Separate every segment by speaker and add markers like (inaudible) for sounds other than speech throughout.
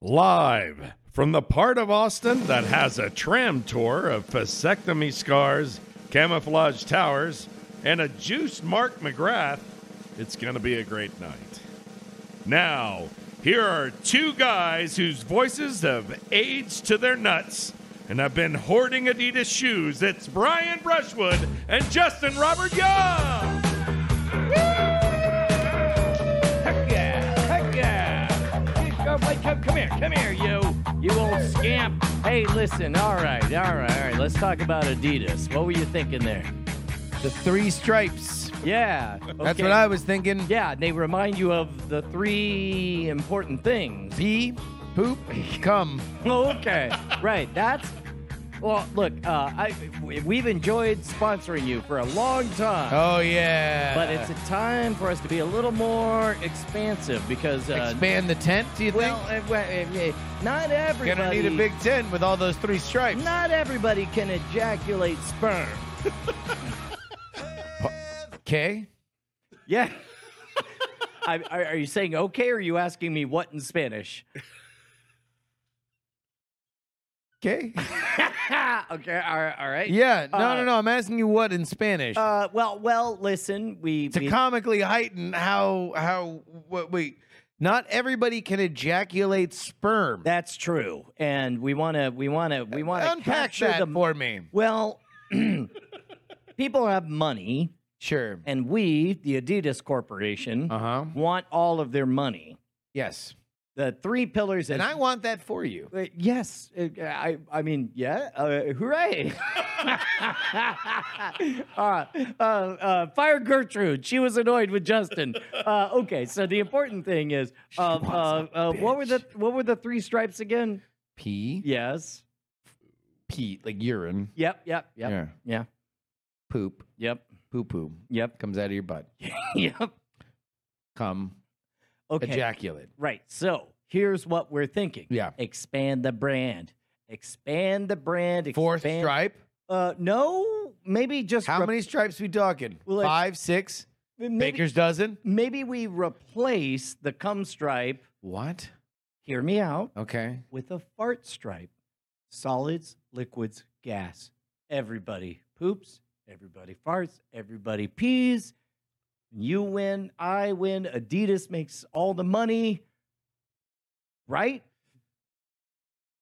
Speaker 1: Live from the part of Austin that has a tram tour of vasectomy scars, camouflage towers, and a juiced Mark McGrath, it's going to be a great night. Now, here are two guys whose voices have aged to their nuts and have been hoarding Adidas shoes. It's Brian Brushwood and Justin Robert Young.
Speaker 2: Heck yeah! Heck yeah! Hey, Come, wait, come, come here, come here, you, you old scamp. Hey, listen, all right, all right, all right. Let's talk about Adidas. What were you thinking there?
Speaker 3: The three stripes.
Speaker 2: Yeah, okay.
Speaker 3: That's what I was thinking.
Speaker 2: Yeah, they remind you of the three important things. (laughs)
Speaker 3: Pee, poop, cum.
Speaker 2: Okay, right. That's well. Look, uh, I we've enjoyed sponsoring you for a long time.
Speaker 3: Oh yeah.
Speaker 2: But it's uh, a time for us to be a little more expansive because uh,
Speaker 3: expand the tent. Do you
Speaker 2: well,
Speaker 3: think?
Speaker 2: uh, well, uh, uh, not everybody.
Speaker 3: Gonna need a big tent with all those three stripes.
Speaker 2: Not everybody can ejaculate sperm.
Speaker 3: Okay.
Speaker 2: Yeah. (laughs) I, are, are you saying okay, or are you asking me what in
Speaker 3: (laughs)
Speaker 2: Spanish?
Speaker 3: Okay.
Speaker 2: Ah, okay, all right, all right.
Speaker 3: Yeah. No,
Speaker 2: Uh,
Speaker 3: no, no. I'm asking you what in Spanish
Speaker 2: Uh, well, well, listen, we.
Speaker 3: to
Speaker 2: we-
Speaker 3: comically heighten how how what wait. Not everybody can ejaculate sperm.
Speaker 2: that's true, and we want to, we want to, we want to
Speaker 3: Unpack that
Speaker 2: the
Speaker 3: for me.
Speaker 2: Well, (clears throat) people have money,
Speaker 3: Sure.
Speaker 2: and we, the Adidas Corporation,
Speaker 3: Uh huh.
Speaker 2: want all of their money.
Speaker 3: Yes.
Speaker 2: The three pillars,
Speaker 3: And
Speaker 2: that-
Speaker 3: I want that for you.
Speaker 2: Uh, yes, uh, I, I mean, yeah, uh, hooray! (laughs) uh, uh, uh, fire Gertrude. She was annoyed with Justin. Uh, okay, so the important thing is, uh, uh, uh, what were the what were the three stripes again?
Speaker 3: Pee.
Speaker 2: Yes.
Speaker 3: Pee like urine.
Speaker 2: Yep. Yep. Yep.
Speaker 3: Yeah.
Speaker 2: Yeah.
Speaker 3: Poop.
Speaker 2: Yep.
Speaker 3: Poo poo.
Speaker 2: Yep. (laughs)
Speaker 3: Comes out of your butt.
Speaker 2: Yep.
Speaker 3: Come.
Speaker 2: Okay.
Speaker 3: Ejaculate.
Speaker 2: Right. So here's what we're thinking.
Speaker 3: Yeah.
Speaker 2: Expand the brand. Expand the brand. Expand,
Speaker 3: Fourth stripe.
Speaker 2: Uh, no, maybe just
Speaker 3: How
Speaker 2: rep-
Speaker 3: many stripes we talking?
Speaker 2: Well, it's-
Speaker 3: Five, six,
Speaker 2: maybe-
Speaker 3: baker's dozen.
Speaker 2: maybe we replace the cum stripe,
Speaker 3: What?
Speaker 2: hear me out,
Speaker 3: Okay.
Speaker 2: with a fart stripe. Solids, liquids, gas. Everybody poops, everybody farts, everybody pees. You win, I win, Adidas makes all the money. Right?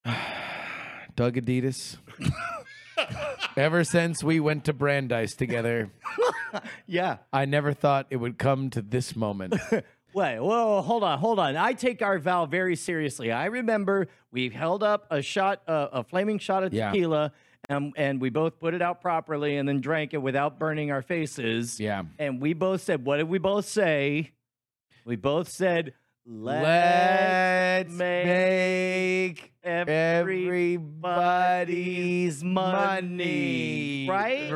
Speaker 3: Doug
Speaker 2: (laughs)
Speaker 3: Adidas. Ever since we went to Brandeis together,
Speaker 2: Yeah.
Speaker 3: I never thought it would come to this
Speaker 2: (laughs)
Speaker 3: moment.
Speaker 2: Wait, whoa, hold on, hold on. I take our vow very seriously. I remember we held up a shot, uh, a flaming shot of
Speaker 3: Yeah.
Speaker 2: tequila, and, and we both put it out properly and then drank it without burning our faces.
Speaker 3: Yeah.
Speaker 2: And we both said, what did we both say? We both said, let's,
Speaker 3: Let's
Speaker 2: make
Speaker 3: make everybody's
Speaker 2: everybody's money.
Speaker 3: money.
Speaker 2: Right? Yeah,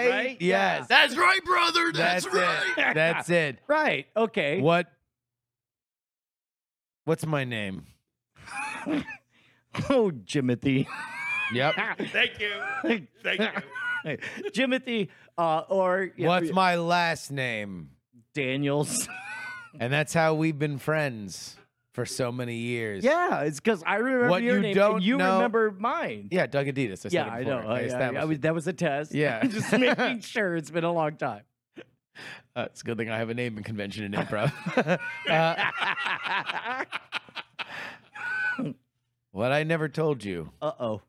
Speaker 3: Right?
Speaker 2: right?
Speaker 3: Yes.
Speaker 2: Yeah.
Speaker 4: That's right, brother. That's,
Speaker 3: That's
Speaker 4: right.
Speaker 3: it. That's it.
Speaker 2: Right, okay.
Speaker 3: What? What's my name?
Speaker 2: Oh, Jimothy.
Speaker 3: Yep.
Speaker 2: Ah,
Speaker 1: Thank you.
Speaker 3: (laughs)
Speaker 1: Thank you.
Speaker 2: (laughs) Jimothy, uh, or you know,
Speaker 3: What's my last name?
Speaker 2: Daniels. (laughs)
Speaker 3: And that's how we've been friends for so many years.
Speaker 2: Yeah, it's because I remember
Speaker 3: What
Speaker 2: your
Speaker 3: you
Speaker 2: name
Speaker 3: don't
Speaker 2: and you
Speaker 3: know-
Speaker 2: remember mine.
Speaker 3: Yeah, Doug Adidas. I
Speaker 2: Yeah,
Speaker 3: said it
Speaker 2: I
Speaker 3: before.
Speaker 2: know. I, I- I
Speaker 3: established
Speaker 2: was, that was a test.
Speaker 3: Yeah.
Speaker 2: (laughs) just
Speaker 3: (laughs)
Speaker 2: making sure it's been a long time. (laughs)
Speaker 3: Uh, it's a good thing I have a name in convention and
Speaker 2: (laughs)
Speaker 3: improv. (laughs) Uh, what I never told you
Speaker 2: Uh oh.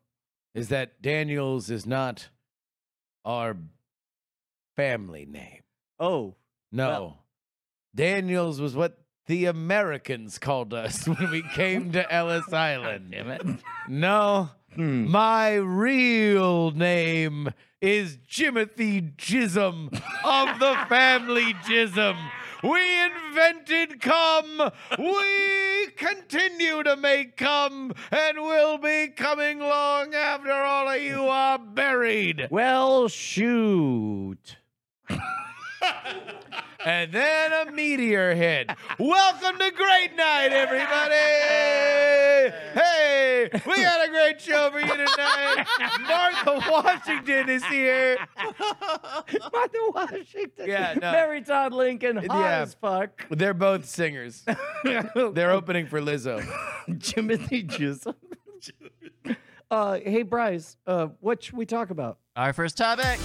Speaker 3: is that Daniels is not our family name.
Speaker 2: Oh,
Speaker 3: No.
Speaker 2: Well-
Speaker 3: Daniels was what the Americans called us (laughs) when we came
Speaker 2: (laughs)
Speaker 3: to Ellis Island.
Speaker 2: damn it.
Speaker 3: No,
Speaker 2: (laughs) Hmm.
Speaker 3: my real name is Jimothy Jism of the family Jism. We invented cum. We continue to make cum and will be coming long after all of you are buried.
Speaker 2: Well, shoot.
Speaker 3: And then a meteor hit. Welcome to Great Night, everybody! Hey, We had a great show for you tonight. Martha Washington is here.
Speaker 2: Martha Washington.
Speaker 3: Yeah, no.
Speaker 2: Mary Todd Lincoln, hot
Speaker 3: Yeah.
Speaker 2: as (laughs) fuck.
Speaker 3: They're both singers.
Speaker 2: (laughs)
Speaker 3: They're opening for Lizzo.
Speaker 2: Jimothy
Speaker 3: (laughs)
Speaker 2: Chisholm. uh, hey, Bryce, uh, what should we talk about?
Speaker 5: Our first topic.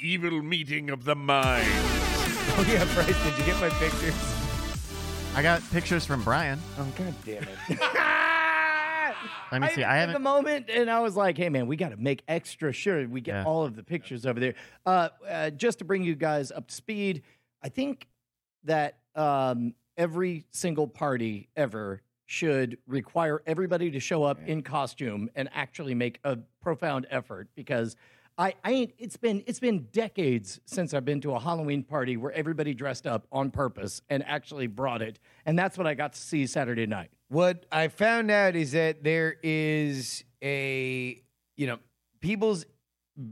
Speaker 1: Evil meeting of the mind.
Speaker 3: Oh yeah, Bryce, did you get my pictures?
Speaker 5: I got pictures from Brian.
Speaker 2: Oh, God damn it.
Speaker 5: (laughs) Let me see. I
Speaker 2: At the
Speaker 5: haven't.
Speaker 2: moment, and I was like, hey, man, we got to make extra sure we get
Speaker 5: Yeah.
Speaker 2: all of the pictures over there. Uh, uh, just to bring you guys up to speed, I think that um, every single party ever should require everybody to show up in costume and actually make a profound effort because I, I ain't it's been it's been decades since I've been to a Halloween party where everybody dressed up on purpose and actually brought it. And that's what I got to see Saturday night.
Speaker 3: what I found out is that there is a you know people's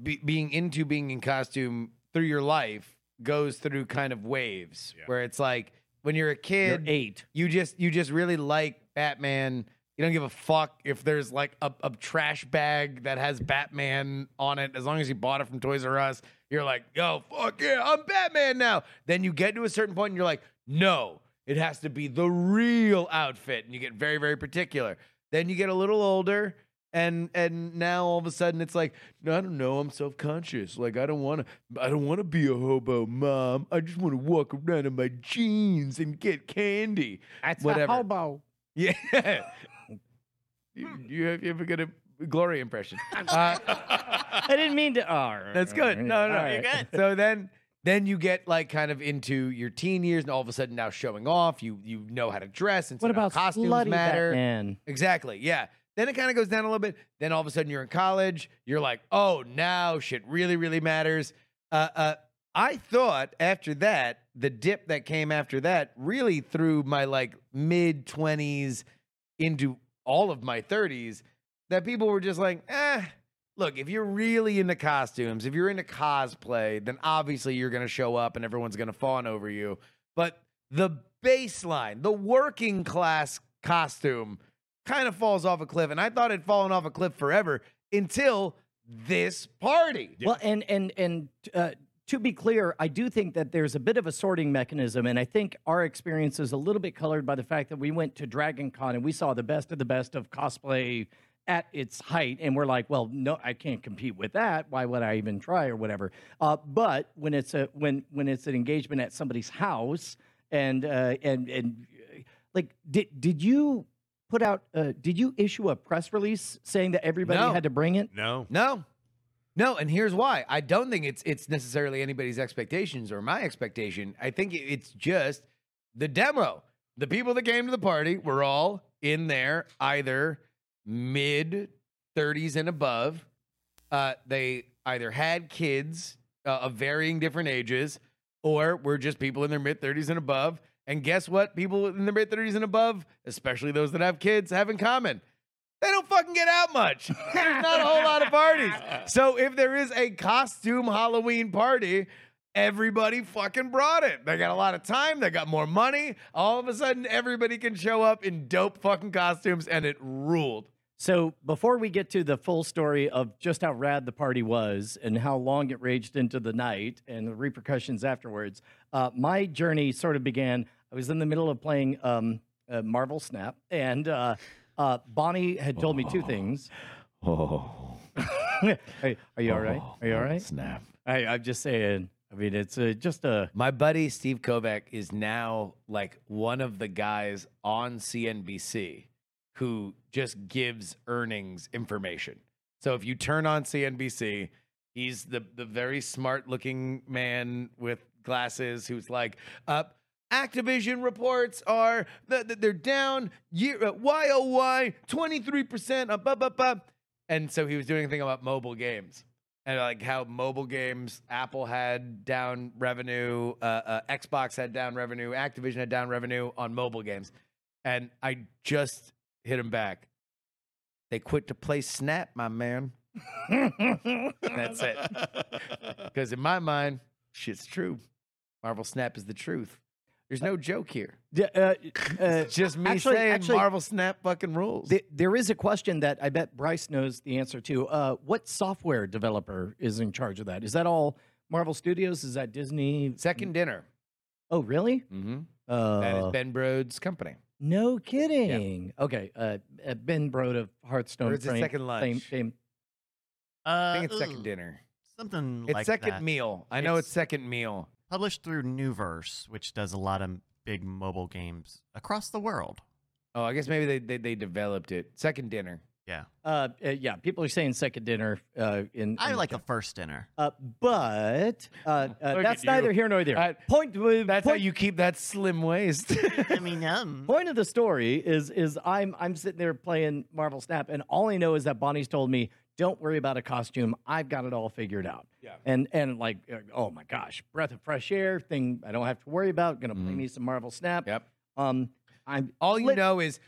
Speaker 3: be- being into being in costume through your life goes through kind of waves
Speaker 1: Yeah.
Speaker 3: where it's like when you're a
Speaker 2: You're
Speaker 3: kid
Speaker 2: eight.
Speaker 3: you just you just really like Batman you don't give a fuck if there's like a, a trash bag that has Batman on it as long as you bought it from Toys R Us you're like yo fuck yeah I'm Batman now then you get to a certain point and you're like no it has to be the real outfit and you get very very particular then you get a little older and and now all of a sudden it's like no, I don't know I'm self conscious like I don't want to I don't want to be a hobo mom I just want to walk around in my jeans and get candy (laughs)
Speaker 2: That's
Speaker 3: a Whatever.
Speaker 2: hobo.
Speaker 3: yeah you, you have you have a good
Speaker 2: (laughs)
Speaker 3: Gloria impression uh,
Speaker 2: (laughs) I didn't mean to. Oh,
Speaker 3: that's good no no, no.
Speaker 2: All right.
Speaker 3: (laughs) so then then you get like kind of into your teen years and all of a sudden now showing off you you know how to dress and so
Speaker 2: What
Speaker 3: now
Speaker 2: about
Speaker 3: costumes
Speaker 2: slutty
Speaker 3: matter
Speaker 2: Batman?
Speaker 3: Exactly. Yeah. Then it kind of goes down a little bit. Then all of a sudden you're in college. You're like, oh, now shit really, really matters. Uh, uh, I thought after that, the dip that came after that really through my like mid 20s into all of my 30s that people were just like, eh, look, if you're really into costumes, if you're into cosplay, then obviously you're going to show up and everyone's going to fawn over you. But the baseline, the working class costume kind of falls off a cliff. And I thought it'd fallen off a cliff forever until this party.
Speaker 1: Yeah.
Speaker 2: Well, and and and uh, to be clear, I do think that there's a bit of a sorting mechanism, and I think our experience is a little bit colored by the fact that we went to Dragon Con and we saw the best of the best of cosplay at its height, and we're like, well, no, I can't compete with that. Why would I even try or whatever? Uh, but when it's a when when it's an engagement at somebody's house, and uh, and and uh, like, did did you? Put out? Uh, did you issue a press release saying that everybody
Speaker 3: No.
Speaker 2: had to bring it?
Speaker 1: No.
Speaker 3: No. No, and here's why. I don't think it's it's necessarily anybody's expectations or my expectation. I think it- it's just the demo. The people that came to the party were all in there either mid 30s and above. Uh, they either had kids uh, of varying different ages or were just people in their mid 30s and above. And guess what? People in their mid 30s and above, especially those that have kids, have in common. They don't fucking get out much. There's not a whole lot of parties. So if there is a costume Halloween party, everybody fucking brought it. They got a lot of time, they got more money. All of a sudden, everybody can show up in dope fucking costumes and it ruled.
Speaker 2: So before we get to the full story of just how rad the party was and how long it raged into the night and the repercussions afterwards, uh, my journey sort of began. I was in the middle of playing um, uh, Marvel Snap, and uh, uh, Bonnie had told me two things. (laughs)
Speaker 3: Oh,
Speaker 2: Hey, are you all right? Are you all right?
Speaker 3: Snap.
Speaker 2: I, I'm just saying. I mean, it's uh, just a (laughs)
Speaker 3: (laughs) My buddy Steve Kovac is now like one of the guys on CNBC who just gives earnings information. So if you turn on CNBC, he's the the very smart looking man with glasses who's like, up. Activision reports are that that they're down year uh, YOY 23% up up up up. And so he was doing a thing about mobile games and like how mobile games apple had down revenue uh, uh, xbox had down revenue activision had down revenue on mobile games and i just hit him back they quit to play snap my man that's it (laughs) because in my mind shit's true marvel snap is the truth There's no joke here.
Speaker 2: D- uh, uh,
Speaker 3: It's just me
Speaker 2: actually-
Speaker 3: saying
Speaker 2: actually-
Speaker 3: Marvel Snap fucking rules.
Speaker 2: th- there is a question that I bet Bryce knows the answer to. Uh, what software developer is in charge of that? Is that all Marvel Studios? Is that Disney?
Speaker 3: Second dinner.
Speaker 2: Oh, really?
Speaker 3: Mm-hmm.
Speaker 2: Uh,
Speaker 3: That is Ben Brode's company.
Speaker 2: No kidding. Okay, uh, uh, Ben Brode of Hearthstone.
Speaker 3: Or is it
Speaker 2: fame-
Speaker 3: second lunch?
Speaker 2: fame- fame-
Speaker 3: I
Speaker 6: Uh,
Speaker 3: think it's second
Speaker 6: ugh,
Speaker 3: dinner.
Speaker 6: Something
Speaker 3: It's
Speaker 6: like
Speaker 3: second
Speaker 6: that.
Speaker 3: meal. I know it's,
Speaker 6: It's-
Speaker 3: second meal.
Speaker 6: Published through Newverse, which does a lot of big mobile games across the world.
Speaker 3: Oh, I guess maybe they, they, they developed it. Second dinner.
Speaker 2: uh, uh, yeah, people are saying second dinner. Uh, in
Speaker 6: I
Speaker 2: in-
Speaker 6: like the first dinner.
Speaker 2: uh,
Speaker 3: (laughs)
Speaker 2: but uh, uh,
Speaker 3: at
Speaker 2: that's
Speaker 3: you.
Speaker 2: neither here nor there.
Speaker 3: Uh,
Speaker 2: point.
Speaker 3: That's
Speaker 2: point,
Speaker 3: how you keep that slim waist. (laughs)
Speaker 6: I mean, um,
Speaker 2: Point of the story is is I'm I'm sitting there playing Marvel Snap, and all I know is that Bonnie's told me, "Don't worry about a costume. I've got it all figured out."
Speaker 1: Yeah.
Speaker 2: And and like, uh, oh my gosh, breath of fresh air thing. I don't have to worry about. Gonna play
Speaker 3: Mhm.
Speaker 2: me some Marvel Snap.
Speaker 3: Yep.
Speaker 2: Um, I'm
Speaker 3: All you
Speaker 2: Lit-
Speaker 3: know is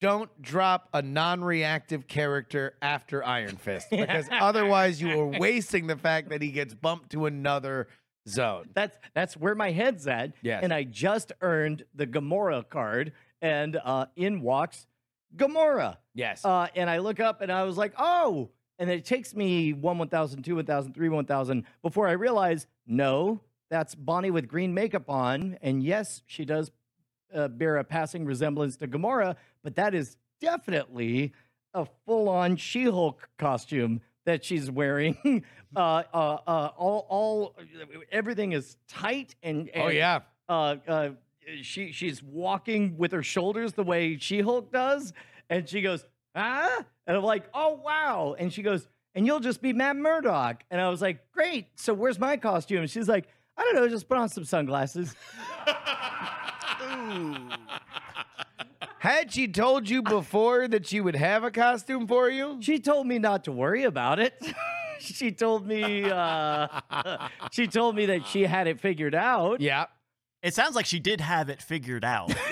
Speaker 3: don't drop a non-reactive character after Iron Fist because otherwise you are wasting the fact that he gets bumped to another zone.
Speaker 2: that's that's where my head's at.
Speaker 3: Yes.
Speaker 2: And I just earned the Gamora card, and uh, in walks Gamora.
Speaker 3: Yes.
Speaker 2: Uh, and I look up and I was like, oh. And it takes me one, 1000, two, 1000, three, 1000 before I realize, no, that's Bonnie with green makeup on. And yes, she does uh, bear a passing resemblance to Gamora, but that is definitely a full on She Hulk costume that she's wearing. (laughs) uh, uh, uh, all, all, everything is tight and,
Speaker 3: oh
Speaker 2: and
Speaker 3: yeah.
Speaker 2: uh, uh, she she's walking with her shoulders the way She Hulk does, and she goes, "Huh?" And I'm like, "Oh wow!" And she goes, "And you'll just be Matt Murdock." And I was like, "Great! So where's my costume?" And she's like, "I don't know. Just put on some sunglasses."
Speaker 3: Had she told you before that she would have a costume for you?
Speaker 2: She told me not to worry about it. (laughs) she told me uh, (laughs) she told me that she had it figured out.
Speaker 3: Yeah.
Speaker 6: it sounds like she did have it
Speaker 3: (laughs)
Speaker 6: figured out.
Speaker 2: (laughs)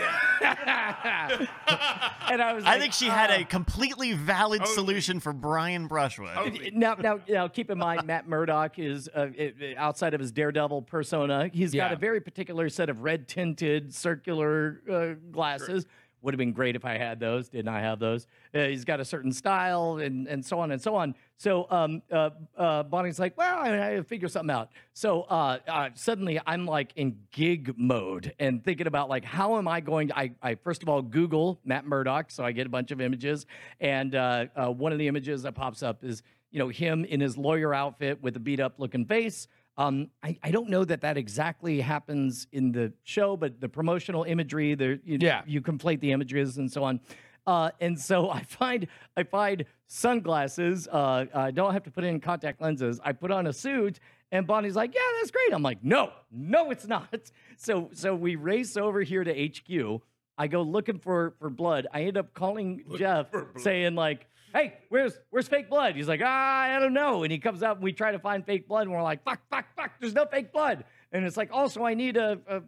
Speaker 2: And I was,
Speaker 6: I
Speaker 2: like,
Speaker 6: think she had
Speaker 2: "Uh,
Speaker 3: Oh.
Speaker 6: a completely valid solution for Brian Brushwood.
Speaker 2: now, now, now, keep in mind, Matt Murdock is uh, i- i- outside of his Daredevil persona. He's got a
Speaker 3: Yeah.
Speaker 2: very particular set of red tinted circular uh, glasses. Would have been great if I had those. Did not have those. Uh, he's got a certain style, and and so on and so on. So, um, uh, uh, Bonnie's like, well, I, I figure something out. So uh, uh, suddenly, I'm like in gig mode and thinking about like, how am I going? To, I I first of all Google Matt Murdock, so I get a bunch of images, and uh, uh, one of the images that pops up is you know him in his lawyer outfit with a beat up looking face. Um, I, I don't know that that exactly happens in the show, but the promotional imagery, there, you,
Speaker 3: Yeah.
Speaker 2: you conflate the images and so on. Uh, and so (laughs) I find I find sunglasses. Uh, I don't have to put in contact lenses. I put on a suit, and Bonnie's like, "Yeah, that's great." I'm like, "No, no, it's not." (laughs) So so we race over here to HQ. I go looking for for blood. I end up calling Jeff, saying like, "Hey, where's where's fake blood?" He's like, "Ah, I don't know." And he comes up, and we try to find fake blood, and we're like, "Fuck, fuck, fuck! There's no fake blood." And it's like, also, I need a, a, a,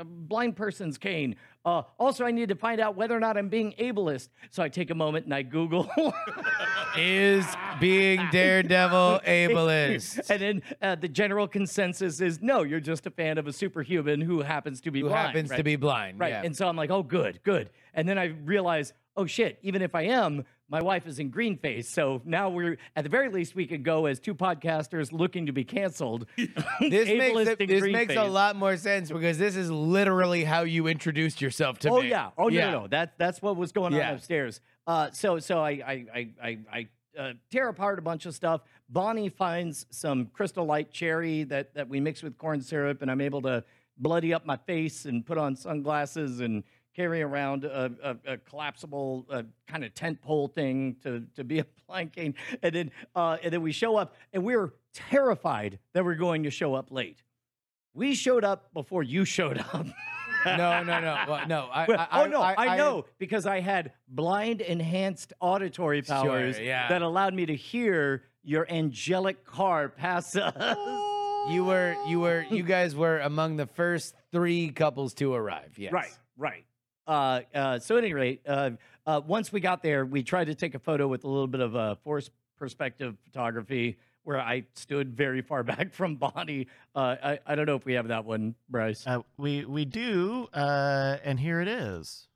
Speaker 2: a blind person's cane. Uh, also, I need to find out whether or not I'm being ableist. So I take a moment and I Google. (laughs)
Speaker 3: Is being Daredevil ableist?
Speaker 2: and then uh, the general consensus is no, you're just a fan of a superhuman who happens to be
Speaker 3: Who
Speaker 2: blind.
Speaker 3: happens
Speaker 2: right?
Speaker 3: to be blind.
Speaker 2: Right.
Speaker 3: Yeah.
Speaker 2: And so I'm like, oh, good, good. And then I realize, oh, shit, even if I am, my wife is in green face. So now we're, at the very least, we could go as two podcasters looking to be canceled.
Speaker 3: (laughs)
Speaker 2: (laughs)
Speaker 3: this makes,
Speaker 2: ableist
Speaker 3: it-
Speaker 2: and
Speaker 3: this
Speaker 2: green
Speaker 3: makes a
Speaker 2: face.
Speaker 3: lot more sense because this is literally how you introduced yourself to
Speaker 2: oh,
Speaker 3: me.
Speaker 2: yeah. Oh, no, no, no. That, that's what was going
Speaker 3: Yeah.
Speaker 2: on upstairs. Uh, so so I, I, I, I, I uh, tear apart a bunch of stuff. Bonnie finds some crystal light cherry that, that we mix with corn syrup, and I'm able to bloody up my face and put on sunglasses and carry around a, a, a collapsible uh, kind of tent pole thing to, to be (laughs) a blind cane. And then, uh, and then we show up, and we're terrified that we're going to show up late. We showed up before you showed up. (laughs)
Speaker 3: (laughs) No, no, no. Well, no. I,
Speaker 2: Well,
Speaker 3: I,
Speaker 2: oh no, I,
Speaker 3: I
Speaker 2: know because I had blind enhanced auditory powers
Speaker 3: yeah.
Speaker 2: that allowed me to hear your angelic car pass us. (laughs)
Speaker 3: You were, you were, you guys were among the first three couples to arrive. Yes.
Speaker 2: Right, right. Uh, uh, so, at any rate, uh, uh, once we got there, we tried to take a photo with a little bit of uh, forced perspective photography, where I stood very far (laughs) back from Bonnie. Uh, I, I don't know if we have that one,
Speaker 3: Oh.
Speaker 6: (laughs)
Speaker 2: Bryce. (laughs)
Speaker 6: Uh, we we do, uh, and here it is.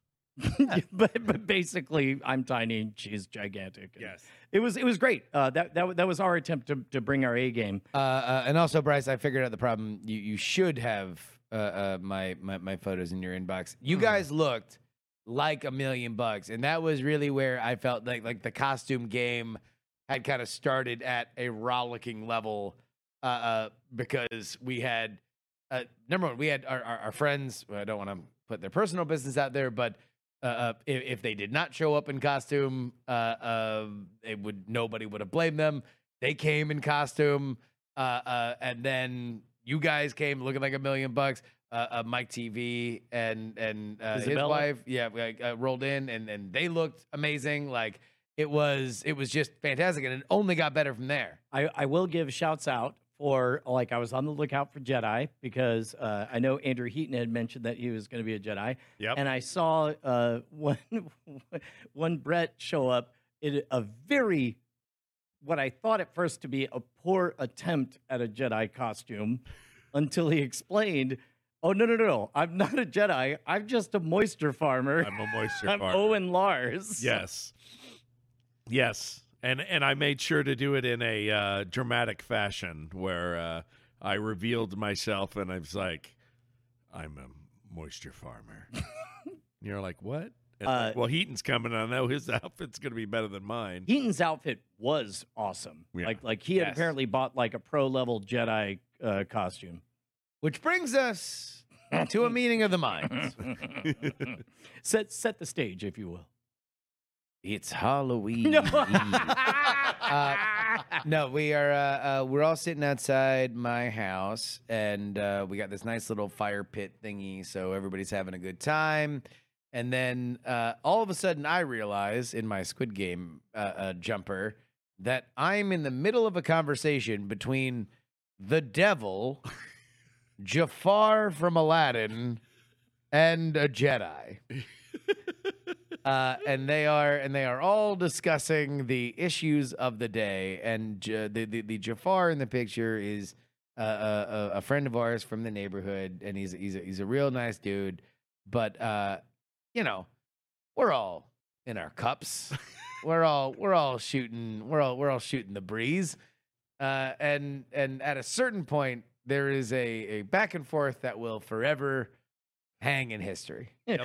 Speaker 2: but, but basically, I'm tiny and she's gigantic. and
Speaker 1: Yes.
Speaker 2: It was it was great. Uh, that, that that was our attempt to, to bring our A game.
Speaker 3: Uh, uh, and also, Bryce, I figured out the problem. You you should have uh, uh, my, my my photos in your inbox. You
Speaker 2: Hmm.
Speaker 3: guys looked like a million bucks, and that was really where I felt like like the costume game had kind of started at a rollicking level uh, uh, because we had uh, number one, we had our our, our friends. I don't want to put their personal business out there, but. Uh, uh, if, if they did not show up in costume, uh, uh, it would nobody would have blamed them. They came in costume uh, uh, and then you guys came looking like a million bucks. Uh, uh, Mike TV and and uh, his
Speaker 2: Isabella?
Speaker 3: wife, yeah, like, uh, rolled in, and and they looked amazing. Like it was, it was just fantastic, and it only got better from there.
Speaker 2: I, I will give shouts out for like I was on the lookout for Jedi because uh, I know Andrew Heaton had mentioned that he was going to be a Jedi,
Speaker 1: Yep.
Speaker 2: and I saw uh, (laughs) one one Brett show up in a very what I thought at first to be a poor attempt at a Jedi costume until he explained, "Oh no no no no, I'm not a Jedi. I'm just a moisture farmer.
Speaker 1: (laughs) I'm a moisture
Speaker 2: I'm
Speaker 1: farmer.
Speaker 2: Owen Lars."
Speaker 1: Yes. Yes. And and I made sure to do it in a uh, dramatic fashion where uh, I revealed myself and I was like, I'm a moisture farmer. and you're like, what? And
Speaker 2: Uh,
Speaker 1: like, well, Heaton's coming. I know his (laughs) outfit's going to be better than mine.
Speaker 2: Heaton's outfit was awesome.
Speaker 1: Yeah.
Speaker 2: Like like he had
Speaker 3: Yes.
Speaker 2: apparently bought like a pro level Jedi uh, costume.
Speaker 3: Which brings us to a meeting of the minds.
Speaker 2: set set the stage, if you will.
Speaker 3: (laughs) It's Halloween.
Speaker 2: No.
Speaker 3: (laughs)
Speaker 2: (laughs)
Speaker 3: Uh, no, we are uh, uh, we're all sitting outside my house, and uh, we got this nice little fire pit thingy. So everybody's having a good time, and then uh, all of a sudden, I realize in my Squid Game uh, uh, jumper that I'm in the middle of a conversation between the (laughs) devil, Jafar from Aladdin, and a Jedi. Uh, and they are and they are all discussing the issues of the day. And J- the, the the Jafar in the picture is uh, a, a, a friend of ours from the neighborhood, and he's he's a, he's a real nice dude. But uh, you know, we're all in our cups. we're all we're all shooting we're all we're all shooting the breeze. Uh, and and at a certain point, there is a, a back and forth that will forever hang in history.
Speaker 2: Yeah,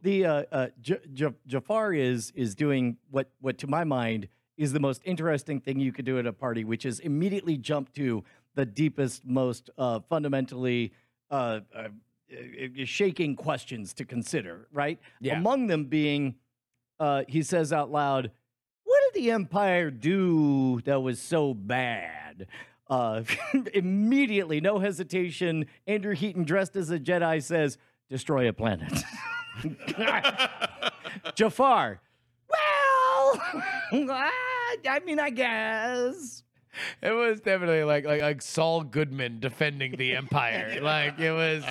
Speaker 2: the uh, uh, J- J- Jafar is is doing what what to my mind is the most interesting thing you could do at a party, which is immediately jump to the deepest, most uh, fundamentally uh, uh, uh, shaking questions to consider. Right?
Speaker 3: Yeah.
Speaker 2: Among them being, uh, he says out loud, "What did the Empire do that was so bad?" Uh, (laughs) immediately, no hesitation, Andrew Heaton, dressed as a Jedi, says, "Destroy a planet." (laughs) Jafar. Well, (laughs) I I mean, I guess.
Speaker 3: It was definitely like like like Saul Goodman defending the
Speaker 2: (laughs)
Speaker 3: empire. Like it was,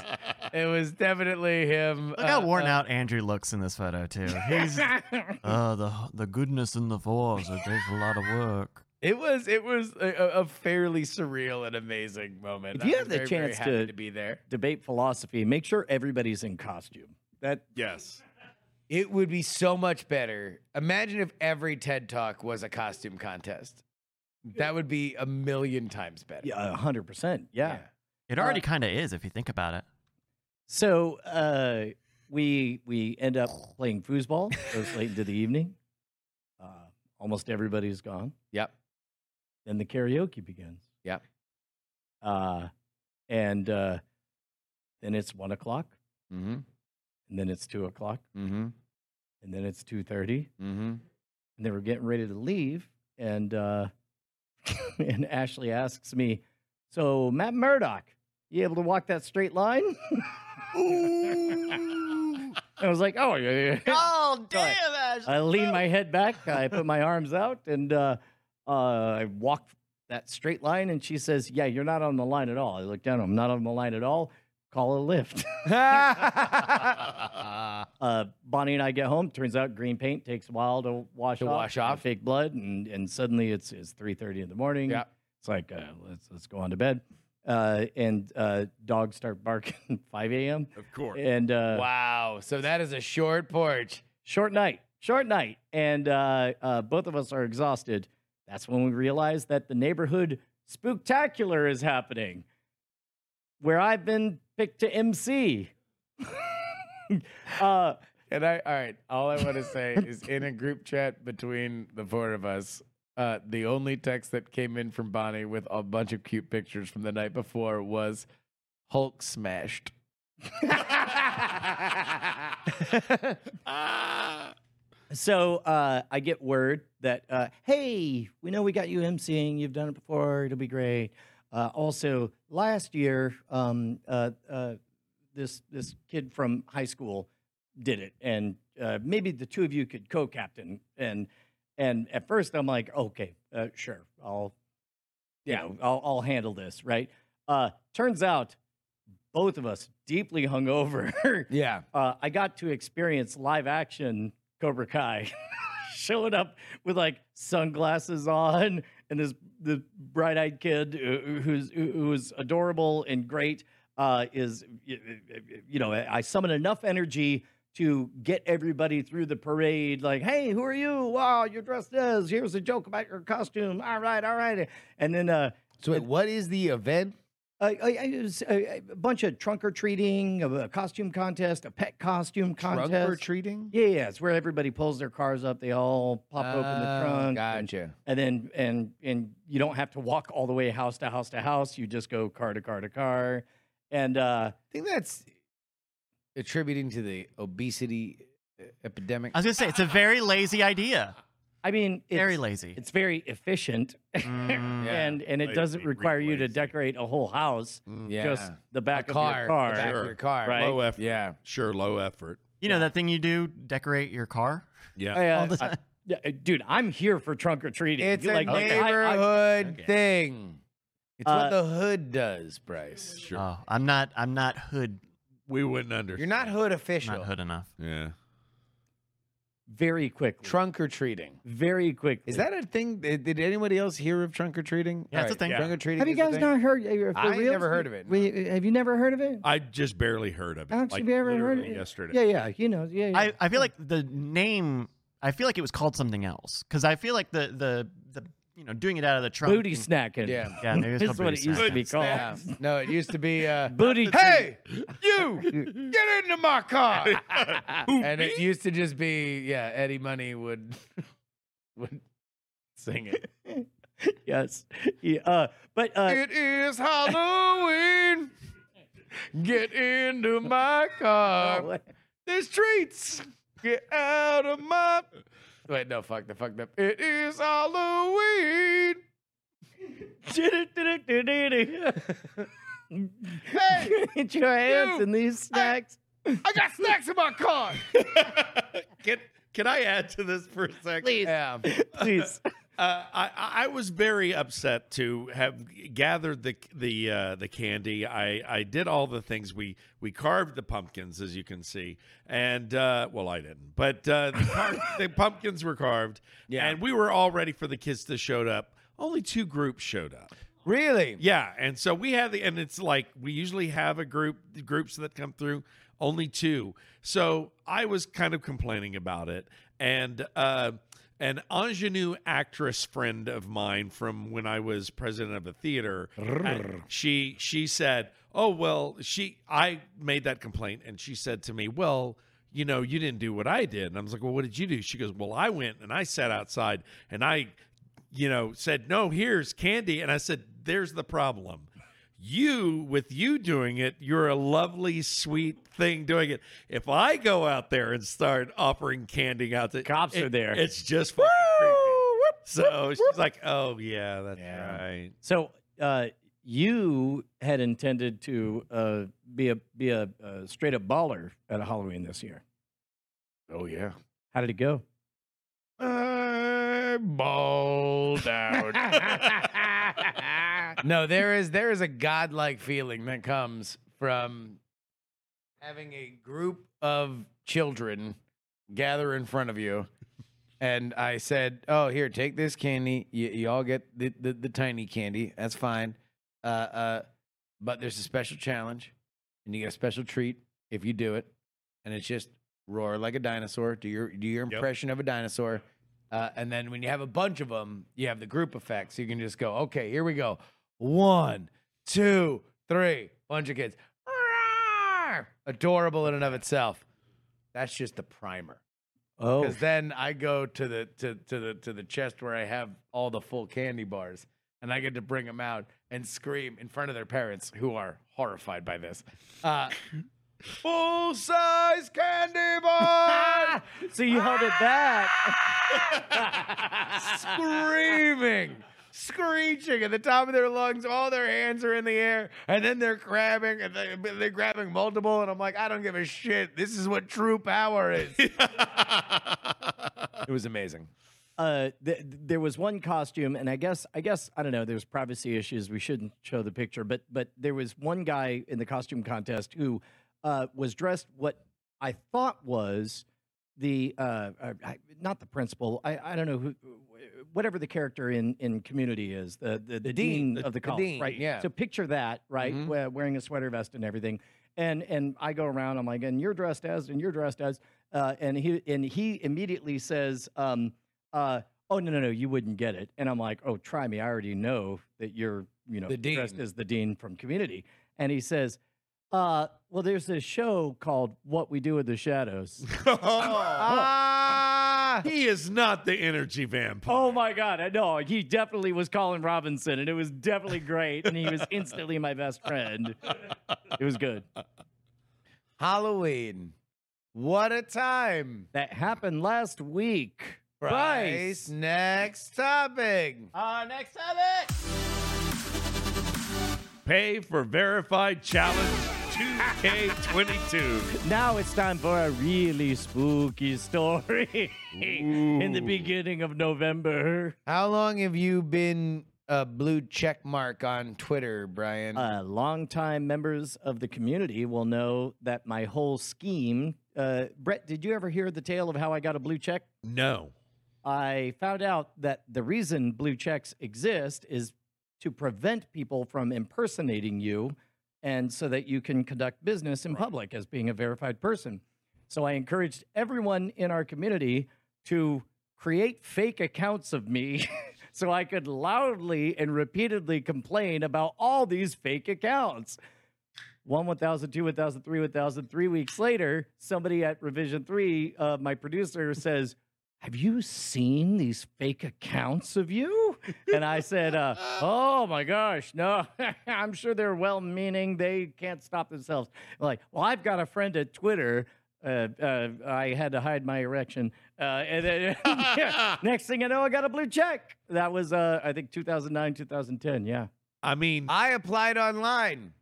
Speaker 3: it was definitely him. uh,
Speaker 6: Look how worn out Andrew looks in this photo too.
Speaker 3: (laughs)
Speaker 6: He's uh, the the goodness in the force. It takes a lot of work.
Speaker 3: It was it was a, a- a fairly surreal and amazing moment.
Speaker 2: If you
Speaker 3: I
Speaker 2: have
Speaker 3: was
Speaker 2: the
Speaker 3: very, very
Speaker 2: chance
Speaker 3: happy
Speaker 2: to-
Speaker 3: be there,
Speaker 2: Debate philosophy. Make sure everybody's in costume. That
Speaker 1: (laughs) yes.
Speaker 3: it would be so much better. Imagine if every TED Talk was a costume contest. That would be a million times better.
Speaker 2: yeah, hundred percent. Yeah.
Speaker 6: It already
Speaker 3: Uh.
Speaker 6: kind of is if you think about it.
Speaker 2: So uh, we we end up playing foosball. It was late into the evening. Uh, almost everybody's gone.
Speaker 3: Yep.
Speaker 2: Then the karaoke begins.
Speaker 3: Yep.
Speaker 2: Uh, and uh, then it's one o'clock,
Speaker 3: Mm-hmm.
Speaker 2: and then it's two o'clock,
Speaker 3: Mm-hmm.
Speaker 2: and then it's two thirty. (laughs)
Speaker 3: Mm-hmm.
Speaker 2: and they were getting ready to leave and uh (laughs) and ashley asks me so matt murdock you able to walk that straight line (laughs) i was like oh yeah, yeah.
Speaker 6: Oh
Speaker 2: damn, i lean my head
Speaker 3: (laughs)
Speaker 2: back i put my arms out and uh uh i walked that straight line and she says yeah you're not on the line at all i look down i'm not on the line at all call a
Speaker 3: (laughs)
Speaker 2: lift (laughs) uh, Bonnie and I get home. Turns out green paint takes a while to wash
Speaker 3: To
Speaker 2: off,
Speaker 3: wash
Speaker 2: and
Speaker 3: off.
Speaker 2: fake blood, and, and suddenly it's it's three thirty in the morning.
Speaker 3: Yep.
Speaker 2: It's like uh, let's let's go on to bed. Uh, and uh, dogs start barking (laughs) 5 a.m.
Speaker 1: Of course.
Speaker 2: and uh,
Speaker 3: wow. So that is a short porch.
Speaker 2: short night, short night, and uh, uh, both of us are exhausted. That's when we realize that the neighborhood spooktacular is happening, where I've been picked to MC. (laughs) uh,
Speaker 3: And I, all right, all I want
Speaker 2: (laughs)
Speaker 3: to say is in a group chat between the four of us, uh, the only text that came in from Bonnie with a bunch of cute pictures from the night before was Hulk smashed.
Speaker 2: so uh, I get word that, uh, hey, we know we got you emceeing. You've done it before. It'll be great. Uh, also, last year, um, uh, uh, this this kid from high school did it, and uh, maybe the two of you could co-captain. And and at first, I'm like, okay, uh, sure, I'll, yeah, I'll, I'll handle this, right? Uh, turns out, both of us deeply hungover.
Speaker 3: Yeah.
Speaker 2: uh, I got to experience live action Cobra Kai (laughs) showing up with like sunglasses on and this the bright eyed kid who- who's who who is adorable and great uh, is y- y- you know I summon enough energy to get everybody through the parade like hey who are you wow you're dressed as here's a joke about your costume all right all right and then uh
Speaker 3: So wait, what is the event?
Speaker 2: uh, I, I, it was a, a bunch of trunk or treating, a, a costume contest, a pet costume contest.
Speaker 3: Drug treating?
Speaker 2: yeah, yeah, it's where everybody pulls their cars up. They all pop open the trunk, and,
Speaker 3: Oh, Gotcha.
Speaker 2: and then and and you don't have to walk all the way house to house to house. You just go car to car to car, and uh,
Speaker 3: I think that's attributing to the obesity uh, epidemic.
Speaker 6: I was gonna say it's a very lazy idea.
Speaker 2: I mean, it's,
Speaker 6: Very lazy.
Speaker 2: It's very efficient, (laughs)
Speaker 6: Mm,
Speaker 3: Yeah.
Speaker 2: and and it
Speaker 1: Lazy,
Speaker 2: doesn't require you to
Speaker 1: lazy.
Speaker 2: decorate a whole house.
Speaker 6: mm.
Speaker 3: yeah.
Speaker 2: Just the
Speaker 3: a
Speaker 2: back
Speaker 3: car.
Speaker 2: of your
Speaker 3: the
Speaker 2: car.
Speaker 3: back of
Speaker 1: Sure.
Speaker 3: your car.
Speaker 2: Right.
Speaker 1: low effort.
Speaker 3: Yeah.
Speaker 1: Sure, low effort.
Speaker 6: You know that thing you do, decorate your car.
Speaker 1: Yeah.
Speaker 2: I, uh,
Speaker 6: all the
Speaker 2: I-
Speaker 6: time.
Speaker 2: yeah, uh, dude, I'm here for trunk or treating.
Speaker 3: It's a
Speaker 2: like, I- I-
Speaker 3: neighborhood
Speaker 6: Okay.
Speaker 3: thing. It's
Speaker 2: Uh,
Speaker 3: what the hood does, Bryce.
Speaker 1: Sure.
Speaker 6: Oh, I'm not. I'm not hood.
Speaker 1: we wouldn't understand.
Speaker 3: You're not hood official.
Speaker 6: Not hood enough.
Speaker 1: Yeah.
Speaker 2: very quickly.
Speaker 3: Trunk or treating.
Speaker 2: very quickly.
Speaker 3: Is that a thing? Did did anybody else hear of trunk or treating?
Speaker 6: Yeah, it's a thing.
Speaker 3: Trunk or treating.
Speaker 2: Have you
Speaker 3: is a
Speaker 2: guys
Speaker 3: thing?
Speaker 2: not heard? If the
Speaker 3: I ain't
Speaker 2: real-
Speaker 3: never heard of it,
Speaker 2: we- uh, have you never heard of it?
Speaker 1: I just barely heard of it.
Speaker 2: Alex,
Speaker 1: like,
Speaker 2: have you ever heard of
Speaker 1: literally
Speaker 2: it?
Speaker 1: Yesterday.
Speaker 2: Yeah, yeah, you know, yeah. yeah.
Speaker 6: I, I feel like the name. I feel like it was called something else because I feel like the the the you know doing it out of the trunk.
Speaker 2: booty snacking.
Speaker 3: Yeah.
Speaker 6: Yeah, maybe it's
Speaker 2: That's
Speaker 6: called
Speaker 2: what
Speaker 6: booty
Speaker 2: it used to
Speaker 6: snacking.
Speaker 2: be (laughs) called.
Speaker 3: Yeah. No, it used to
Speaker 2: (laughs)
Speaker 3: be. Uh,
Speaker 2: Booty.
Speaker 3: (laughs) hey,
Speaker 2: (laughs)
Speaker 3: you get into my car. and it used to just be yeah. Eddie Money would (laughs) would sing it.
Speaker 2: yes. Yeah, uh, but (laughs) uh,
Speaker 3: It is Halloween. Get into my
Speaker 2: (laughs) Oh,
Speaker 3: car.
Speaker 2: uh,
Speaker 3: There's treats. Get out of my. Wait, no, fuck the fuck up. It is Halloween.
Speaker 2: get your hands
Speaker 3: you-
Speaker 2: in these snacks.
Speaker 3: I got snacks in my car.
Speaker 1: (laughs) can, can I add to this for a second?
Speaker 3: Yeah.
Speaker 2: Please.
Speaker 1: Uh, I, I I was very upset to have gathered the the uh, the candy. I, I did all the things. We we carved the pumpkins, as you can see, and uh, well, I didn't, but uh, the,
Speaker 2: (laughs)
Speaker 1: car- the pumpkins were carved,
Speaker 3: Yeah.
Speaker 1: and we were all ready for the kids that showed up. Only two groups showed up.
Speaker 3: Really?
Speaker 1: Yeah, and so we had the, and it's like we usually have a group groups that come through, only two. So I was kind of complaining about it, and uh, an ingenue actress friend of mine from when I was president of a theater, uh, she she said, "Oh well, she I made that complaint," and she said to me, "Well." you know, you didn't do what I did. And I was like, well, what did you do? She goes, well, I went and I sat outside and I, you know, said, no, here's candy. And I said, there's the problem. You, with you doing it, you're a lovely, sweet thing doing it. If I go out there and start offering candy out to
Speaker 2: Cops are
Speaker 1: it-
Speaker 2: there.
Speaker 1: it's just fucking creepy. So she's like, oh, yeah, that's
Speaker 3: Yeah.
Speaker 1: right. (laughs)
Speaker 2: So uh, you had intended to uh, be a be a, uh straight up baller at Halloween this year.
Speaker 3: Oh, yeah.
Speaker 2: How did it go?
Speaker 3: I balled out. (laughs) no, there is there is a godlike feeling that comes from having a group of children gather in front of you and I said, "Oh, here, take this candy. You, you all get the, the, the tiny candy. That's fine. Uh, uh, but there's a special challenge, and you get a special treat if you do it. And it's just roar like a dinosaur. Do your do your impression of a dinosaur. Uh, and then when you have a bunch of them, you have the group effect. So you can just go, okay, here we go. One, two, three. Bunch of kids. Roar! Adorable in and of itself. That's just the primer
Speaker 7: Oh,
Speaker 3: because then I go to the to, to the to the chest where I have all the full candy bars, and I get to bring them out and scream in front of their parents, who are horrified by this. Uh, full size candy bar,
Speaker 7: so you held it
Speaker 2: (laughs)
Speaker 7: back.
Speaker 3: screaming. Screeching at the top of their lungs, all their hands are in the air, and then they're grabbing, and they, they're grabbing multiple. And I'm like, I don't give a shit. This is what true power (laughs) is. it was amazing.
Speaker 2: uh, th- th- there was one costume, and I guess I guess I don't know. There's privacy issues. We shouldn't show the picture, but but there was one guy in the costume contest who uh, was dressed what I thought was the uh, uh, I- not the principal. I, I don't know who, whatever the character in in Community is the the, the, dean, Mm-hmm. of the
Speaker 3: the
Speaker 2: college,
Speaker 3: dean,
Speaker 2: right?
Speaker 3: yeah.
Speaker 2: So picture that, right? we- wearing a sweater vest and everything. And and I go around. I'm like, and you're dressed as, and you're dressed as, uh, and he and he immediately says, um, uh, oh no no no, you wouldn't get it. And I'm like, oh try me. I already know that you're you know
Speaker 3: The
Speaker 2: dressed
Speaker 3: dean.
Speaker 2: as the dean from Community. And he says, uh, well, there's this show called What We Do with the
Speaker 3: (laughs)
Speaker 2: Shadows.
Speaker 3: Oh. Ah!
Speaker 1: Oh, He is not the energy vampire.
Speaker 2: Oh my God! I know he definitely was Colin Robinson, and it was definitely great. And he was instantly my best friend. It was good.
Speaker 3: Halloween. What a time.
Speaker 2: That happened last week.
Speaker 3: Bryce, next topic.
Speaker 2: Oh.
Speaker 1: Pay for verified challenge 2K22.
Speaker 2: Now it's time for a really spooky story (laughs) in the beginning of November.
Speaker 3: How long have you been a blue check mark on Twitter, Brian?
Speaker 2: Uh, longtime members of the community will know that my whole scheme. Uh, Brett, did you ever hear the tale of how I got a blue check? (laughs)
Speaker 1: No.
Speaker 2: I found out that the reason blue checks exist is to prevent people from impersonating you and so that you can conduct business in public as being a verified person. So I encouraged everyone in our community to create fake accounts of me so I could loudly and repeatedly complain about all these fake accounts. One 1,000, two 1,000, three 1,000. Three weeks later, somebody at revision three, uh, my producer says, have you seen these fake accounts of you? And I said, uh, Oh my gosh, no, (laughs) I'm sure they're well meaning. They can't stop themselves. Like, well, I've got a friend at Twitter. Uh, uh, I had to hide my erection. Uh, and then (laughs)
Speaker 1: (laughs)
Speaker 2: next thing I know, I got a blue check. That was, uh, I think, 2009, 2010. Yeah.
Speaker 1: I
Speaker 2: (laughs)
Speaker 1: mean, (laughs)
Speaker 3: I applied online.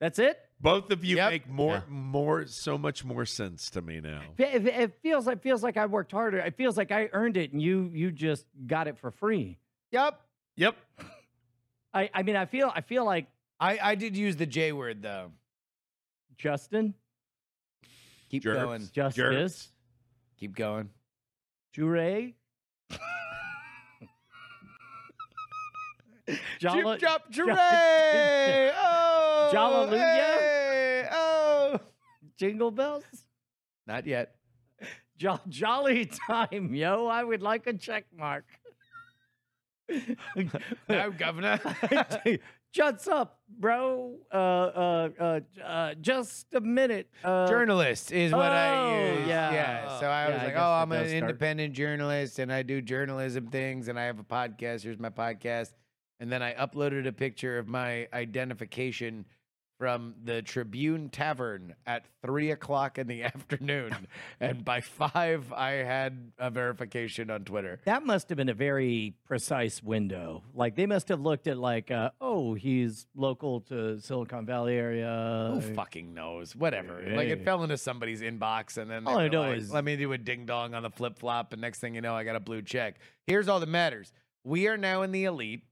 Speaker 2: That's it.
Speaker 1: both of you
Speaker 3: Yep.
Speaker 1: make more,
Speaker 6: Yeah.
Speaker 1: more, so much more sense to me now.
Speaker 2: It, it- it feels like feels like I worked harder. It feels like I earned it, and you you just got it for free.
Speaker 3: Yep.
Speaker 1: Yep.
Speaker 2: I, I mean, I feel I feel like
Speaker 3: I, I did use the J word, though.
Speaker 2: Justin
Speaker 3: Keep
Speaker 1: Jerks.
Speaker 3: going.
Speaker 2: Justice.
Speaker 1: Jerks.
Speaker 3: Keep going.
Speaker 2: Jure. Jala,
Speaker 3: Jip, jop,
Speaker 2: Jala- (laughs)
Speaker 3: hooray! Oh!
Speaker 2: Jalaluya?
Speaker 3: hey, Oh!
Speaker 2: jingle bells?
Speaker 3: Not (laughs) yet.
Speaker 2: Jo- jolly (laughs) time, yo. I would like a check mark. (laughs) (laughs)
Speaker 3: No, governor.
Speaker 2: Juts up, bro. Uh, uh, uh, j- uh, just a minute. Uh,
Speaker 3: journalist is what I
Speaker 2: Oh,
Speaker 3: use.
Speaker 2: yeah.
Speaker 3: So
Speaker 2: Yeah,
Speaker 3: I was
Speaker 2: I guess
Speaker 3: like, oh,
Speaker 2: that
Speaker 3: I'm an
Speaker 2: does start.
Speaker 3: independent journalist and I do journalism things and I have a podcast. Here's my podcast. And then I uploaded a picture of my identification from the Tribune Tavern at three o'clock in the (laughs) afternoon.
Speaker 2: (laughs)
Speaker 3: and by five, I had a verification on Twitter.
Speaker 2: That must have been a very precise window. Like they must have looked at like, uh, oh, he's local to Silicon Valley area.
Speaker 3: Who fucking knows? Whatever.
Speaker 2: Yeah,
Speaker 3: Like
Speaker 2: yeah,
Speaker 3: it
Speaker 2: yeah.
Speaker 3: fell into somebody's inbox, and then they
Speaker 2: All I
Speaker 3: were
Speaker 2: know
Speaker 3: like,
Speaker 2: is-
Speaker 3: let me do a ding dong on
Speaker 2: (laughs)
Speaker 3: the flip flop, and next thing you know, I got a blue check. Here's all that matters. We are now in the elite.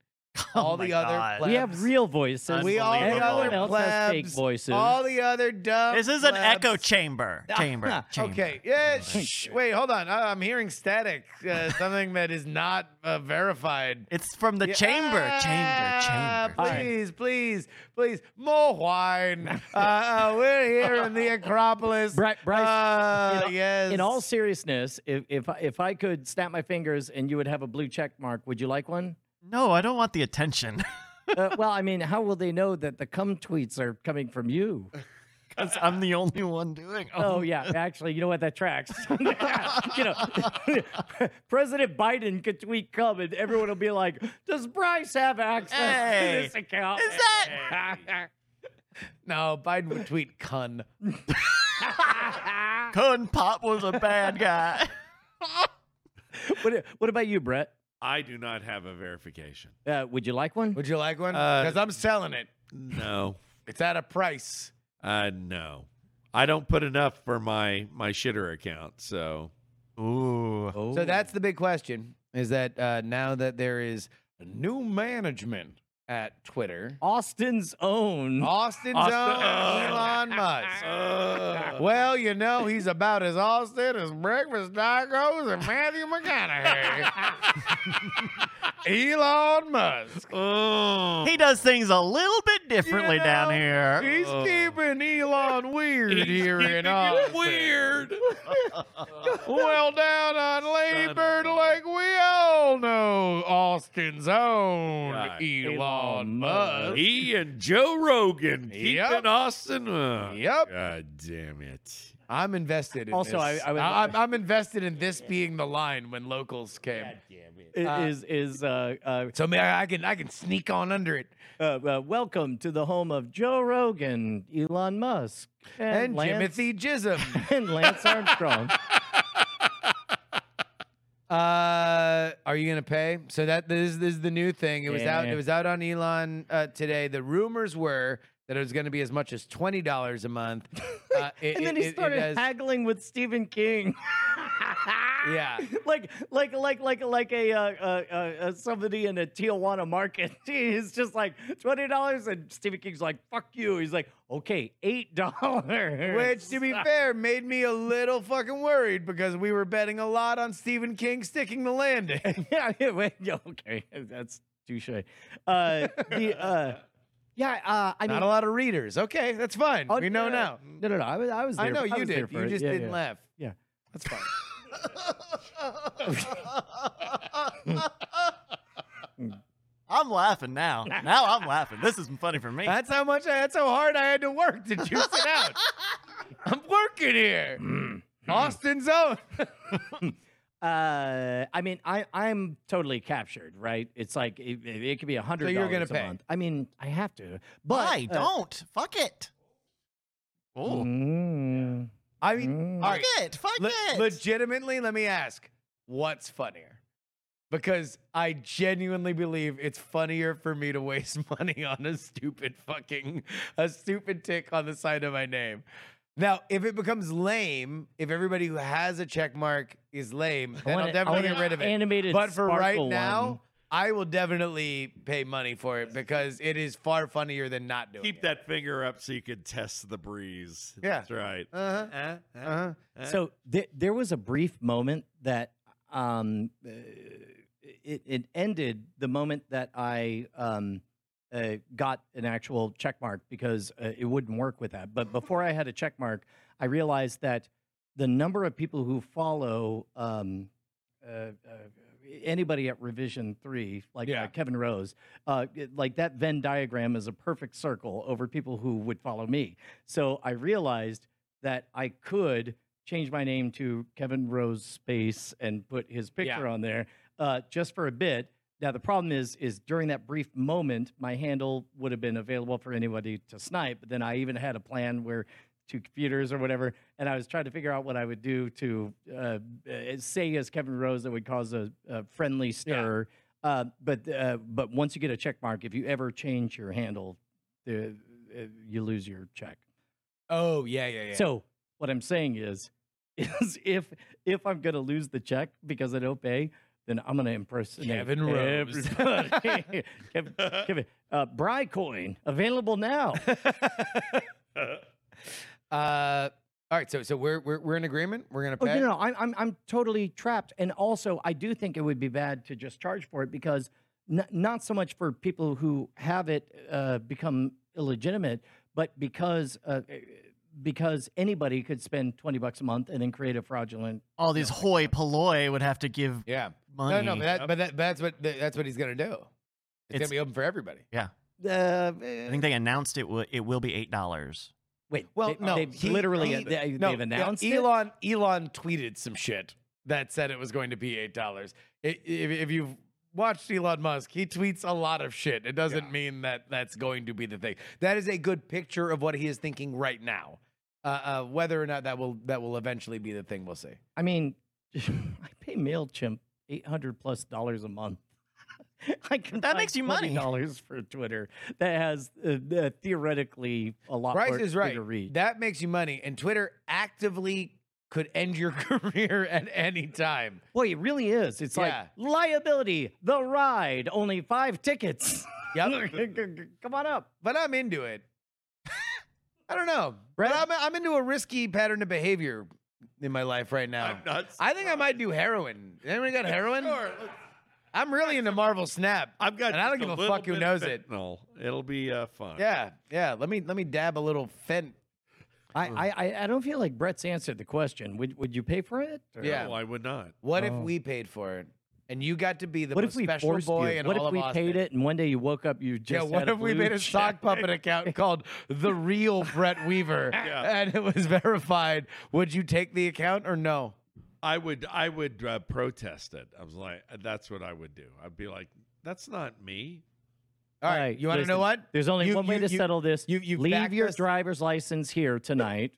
Speaker 3: all the
Speaker 6: my
Speaker 3: other
Speaker 6: God.
Speaker 3: plebs.
Speaker 2: Oh We have real voices.
Speaker 6: We all-
Speaker 2: and everyone
Speaker 6: Unbelievable.
Speaker 2: else has fake
Speaker 3: Plebs,
Speaker 2: voices.
Speaker 3: all the other dumb.
Speaker 6: This is an echo
Speaker 2: (laughs)
Speaker 3: plebs.
Speaker 6: chamber. Chamber. chamber.
Speaker 3: Okay.
Speaker 2: Oh
Speaker 3: Yeah. Shh, wait. Hold on. I, I'm hearing static. Uh, something that is not uh, verified.
Speaker 6: It's from the
Speaker 3: Yeah.
Speaker 6: chamber.
Speaker 3: Ah,
Speaker 6: Chamber. Chamber.
Speaker 2: Alright.
Speaker 3: Please, please, please, more wine. uh, uh, we're here in the Acropolis.
Speaker 2: Bri- Bryce,
Speaker 3: Uh,
Speaker 2: in all-
Speaker 3: yes.
Speaker 2: In all seriousness, if if I- if I could snap my fingers and you would have a blue check mark, would you like one?
Speaker 6: No, I don't want the attention. (laughs)
Speaker 2: uh, well, I mean, how will they know that the cum tweets are coming from you?
Speaker 6: 'Cause I'm the only one doing.
Speaker 2: Oh
Speaker 3: Um,
Speaker 2: yeah,
Speaker 3: (laughs)
Speaker 2: actually, you know what? That tracks. (laughs) you know, (laughs) President Biden could tweet cum, and everyone will be like, "Does Bryce have access
Speaker 6: Hey,
Speaker 2: to this account?"
Speaker 6: Is that?
Speaker 3: no, Biden would tweet "cun."
Speaker 6: Cun Oh, Pop was a
Speaker 2: (laughs)
Speaker 6: bad guy.
Speaker 2: (laughs) what, what about you, Brett?
Speaker 1: I do not have a verification.
Speaker 2: Uh, would you like one?
Speaker 3: Would you like one?
Speaker 1: Uh,
Speaker 3: Because I'm selling it.
Speaker 1: No.
Speaker 3: It's at a price.
Speaker 1: Uh, no. I don't put enough for my my shitter account, so
Speaker 6: Ooh.
Speaker 2: Oh.
Speaker 3: So that's the big question. Is that uh, now that there is new management at Twitter,
Speaker 2: Austin's own.
Speaker 3: Austin's
Speaker 1: Austin- uh.
Speaker 3: own Elon Musk. Well, you know, he's about as Austin as breakfast tacos and
Speaker 1: (laughs)
Speaker 3: Matthew McConaughey. Elon Musk.
Speaker 1: oh.
Speaker 6: He does things a little bit differently
Speaker 3: You
Speaker 6: down
Speaker 3: know,
Speaker 6: here.
Speaker 3: He's
Speaker 1: Oh.
Speaker 3: keeping Elon weird here in Austin.
Speaker 1: weird.
Speaker 3: Well, down on Labor
Speaker 1: of a-
Speaker 3: Lake, we all know Austin's own
Speaker 1: Right.
Speaker 3: Elon,
Speaker 2: Elon
Speaker 3: Musk.
Speaker 1: he and Joe Rogan keeping
Speaker 3: Yep.
Speaker 1: Austin. uh,
Speaker 3: Yep.
Speaker 1: God damn it.
Speaker 3: I'm invested in
Speaker 2: Also,
Speaker 3: this.
Speaker 2: I- I would-
Speaker 3: am I'm invested in this being the line when locals came.
Speaker 2: I- is is uh, uh,
Speaker 3: So man, I can I can sneak on under it.
Speaker 2: uh, uh, welcome to the home of Joe Rogan, Elon Musk, and,
Speaker 3: And
Speaker 2: Lance,
Speaker 3: Jimothy Jism.
Speaker 2: (laughs) and Lance Armstrong.
Speaker 3: (laughs) Uh, are you gonna pay? So that this, is- this is the new thing. It was out.
Speaker 2: Yeah.
Speaker 3: It was out on Elon uh, today. The rumors were that it was gonna be as much as twenty dollars a month. Uh, it-
Speaker 2: and then
Speaker 3: it-
Speaker 2: he
Speaker 3: it- it
Speaker 2: started
Speaker 3: has-
Speaker 2: haggling with Stephen King.
Speaker 3: (laughs) Yeah.
Speaker 2: (laughs) like like like like like a uh, uh, uh, uh, somebody in a Tijuana market. (laughs) He's just like twenty dollars, and Stephen King's like, "Fuck you." He's like, "Okay, eight dollars."
Speaker 3: Which, to
Speaker 2: (laughs)
Speaker 3: be fair, made me a little fucking worried because we were betting a lot on Stephen King sticking the landing.
Speaker 2: yeah, yeah, wait, yeah, okay, that's touche. Uh, the uh, yeah, uh, I mean,
Speaker 3: Not a lot of readers. Okay, that's fine.
Speaker 2: Oh,
Speaker 3: we know
Speaker 2: yeah.
Speaker 3: now.
Speaker 2: no, no, no, I was, I was there.
Speaker 3: I know
Speaker 2: for-
Speaker 3: you
Speaker 2: was there
Speaker 3: did.
Speaker 2: for
Speaker 3: You
Speaker 2: it.
Speaker 3: just
Speaker 2: Yeah,
Speaker 3: didn't
Speaker 2: yeah.
Speaker 3: laugh.
Speaker 2: Yeah.
Speaker 3: that's fine.
Speaker 6: I'm laughing now. Now I'm laughing. This is funny for me.
Speaker 3: That's how much. I, that's how hard I had to work to juice it out. I'm
Speaker 2: (clears throat)
Speaker 3: working here.
Speaker 2: Mm.
Speaker 3: Austin's own.
Speaker 2: Uh, I mean, I I'm totally captured, right? It's like it, it, it could be a hundred.
Speaker 3: you're gonna
Speaker 2: dollars a
Speaker 3: pay.
Speaker 2: Month. I mean, I have to. But
Speaker 6: Why?
Speaker 2: uh,
Speaker 6: don't. Fuck it. Oh.
Speaker 2: Mm.
Speaker 3: I mean,
Speaker 2: Mm.
Speaker 3: all
Speaker 6: Fuck
Speaker 3: right.
Speaker 6: it. Fuck
Speaker 3: le-
Speaker 6: it.
Speaker 3: legitimately, let me ask, what's funnier? Because I genuinely believe it's funnier for me to waste (laughs) money on a stupid fucking a stupid tick on the side of my name. Now, if it becomes lame, if everybody who has a check mark is lame, then
Speaker 2: wanna-
Speaker 3: I'll definitely
Speaker 2: wanna
Speaker 3: get rid of it.
Speaker 2: Animated
Speaker 3: but for right
Speaker 2: sparkle
Speaker 3: now,
Speaker 2: one.
Speaker 3: I will definitely pay money for it because it is far funnier than not doing
Speaker 1: Keep
Speaker 3: it.
Speaker 1: that finger up so you can test the breeze.
Speaker 3: Yeah.
Speaker 1: That's right.
Speaker 3: Uh-huh. Uh-huh.
Speaker 2: so th- there was a brief moment that um, uh, it, it ended the moment that I um, uh, got an actual check mark because uh, it wouldn't work with that. But before I had a check mark, I realized that the number of people who follow um, uh, uh, anybody at Revision Three, like uh,
Speaker 3: Yeah.
Speaker 2: Kevin Rose, uh, it- like that Venn diagram is a perfect circle over people who would follow me. So I realized that I could change my name to Kevin Rose Space and put his picture on there uh, just for a bit. Now the problem is, is during that brief moment, my handle would have been available for anybody to snipe. But then I even had a plan where two computers or whatever, and I was trying to figure out what I would do to uh, uh, say as Kevin Rose that would cause a, a friendly stir. Uh, but uh, but once you get a check mark, if you ever change your handle, the, uh, you lose your check.
Speaker 3: Oh, yeah, yeah, yeah.
Speaker 2: So (laughs) what I'm saying is, is if if I'm gonna lose the check because I don't pay, then I'm going to impersonate
Speaker 3: Kevin Rose. (laughs)
Speaker 2: everybody. (laughs) Kevin, Kevin. Uh, Bricoin, available
Speaker 3: (laughs)
Speaker 2: now.
Speaker 3: Uh, all right, so so we're we're, we're in agreement. We're gonna
Speaker 2: Oh,
Speaker 3: pay.
Speaker 2: no, no, I'm, I'm, I'm totally trapped. And also, I do think it would be bad to just charge for it because n- not so much for people who have it uh, become illegitimate, but because uh, because anybody could spend 20 bucks a month and then create a fraudulent.
Speaker 6: All these hoi polloi would have to give
Speaker 3: Yeah. No,
Speaker 6: money.
Speaker 3: no, but, that, but that, that's what that's what he's gonna do. It's, gonna
Speaker 6: It's-
Speaker 3: be open for everybody.
Speaker 2: Uh,
Speaker 6: I think they announced it. Will, it will be eight dollars.
Speaker 2: wait,
Speaker 3: Well,
Speaker 2: they,
Speaker 3: no,
Speaker 2: They've
Speaker 3: he-
Speaker 2: literally uh,
Speaker 3: he-
Speaker 2: they,
Speaker 3: no,
Speaker 2: have
Speaker 3: yeah,
Speaker 2: announced it?
Speaker 3: Elon Elon tweeted some shit that said it was going to be eight dollars. If, if you've watched Elon Musk, he tweets a lot of shit. It doesn't mean that that's going to be the thing. That is a good picture of what he is thinking right now. Uh, uh, whether or not that will that will eventually be the thing, we'll see.
Speaker 2: I mean, (laughs) I pay Mailchimp eight hundred plus dollars a month. (laughs) I can
Speaker 6: That makes you money.
Speaker 2: Dollars for Twitter that has uh, uh, theoretically a lot
Speaker 3: Price
Speaker 2: more
Speaker 3: is right.
Speaker 2: Uh, bigger reach.
Speaker 3: That makes you money, and Twitter actively could end your (laughs) career at any time.
Speaker 2: Boy, it really is. It's
Speaker 3: Yeah.
Speaker 2: like liability, the ride, only five tickets. (laughs)
Speaker 3: Yep.
Speaker 2: Come on up.
Speaker 3: but I'm into it. I don't know.
Speaker 2: Brett?
Speaker 3: But I'm, I'm into a risky pattern of behavior in my life right now.
Speaker 1: I'm not.
Speaker 3: I think I might do heroin. Anyone got heroin?
Speaker 1: Sure, let's-
Speaker 3: I'm really into Marvel Snap.
Speaker 1: I've got.
Speaker 3: And I don't
Speaker 1: just
Speaker 3: give a
Speaker 1: little
Speaker 3: fuck who
Speaker 1: bit of
Speaker 3: knows it.
Speaker 1: fentanyl. It'll be uh, fun.
Speaker 3: Yeah, yeah. Let me let me dab a little fent.
Speaker 2: I, I I- I don't feel like Brett's answered the question. Would would you pay for it?
Speaker 1: No,
Speaker 3: Yeah.
Speaker 1: I would not.
Speaker 3: What if
Speaker 2: Oh.
Speaker 3: we paid for it and you got to be the
Speaker 2: what
Speaker 3: most
Speaker 2: if we
Speaker 3: special
Speaker 2: forced
Speaker 3: boy
Speaker 2: you?
Speaker 3: in
Speaker 2: what
Speaker 3: all
Speaker 2: if we
Speaker 3: of Austin?
Speaker 2: paid it and one day you woke up, you
Speaker 3: Yeah,
Speaker 2: just
Speaker 3: what
Speaker 2: had a
Speaker 3: if we
Speaker 2: blue
Speaker 3: made a sock
Speaker 2: check? (laughs)
Speaker 3: puppet account called the real Brett Weaver
Speaker 1: Yeah.
Speaker 3: and it was verified? Would you take the account or no?
Speaker 1: I would. I would uh, protest it. I was like, that's what I would do. I'd be like, that's not me.
Speaker 3: All right,
Speaker 2: All right,
Speaker 3: you want to know
Speaker 2: listen,
Speaker 3: what?
Speaker 2: There's only
Speaker 3: You-
Speaker 2: one way
Speaker 3: you-
Speaker 2: to
Speaker 3: you-
Speaker 2: settle this.
Speaker 3: you- you've
Speaker 2: leave
Speaker 3: backed
Speaker 2: your
Speaker 3: us-
Speaker 2: driver's license here
Speaker 3: (laughs)
Speaker 2: tonight,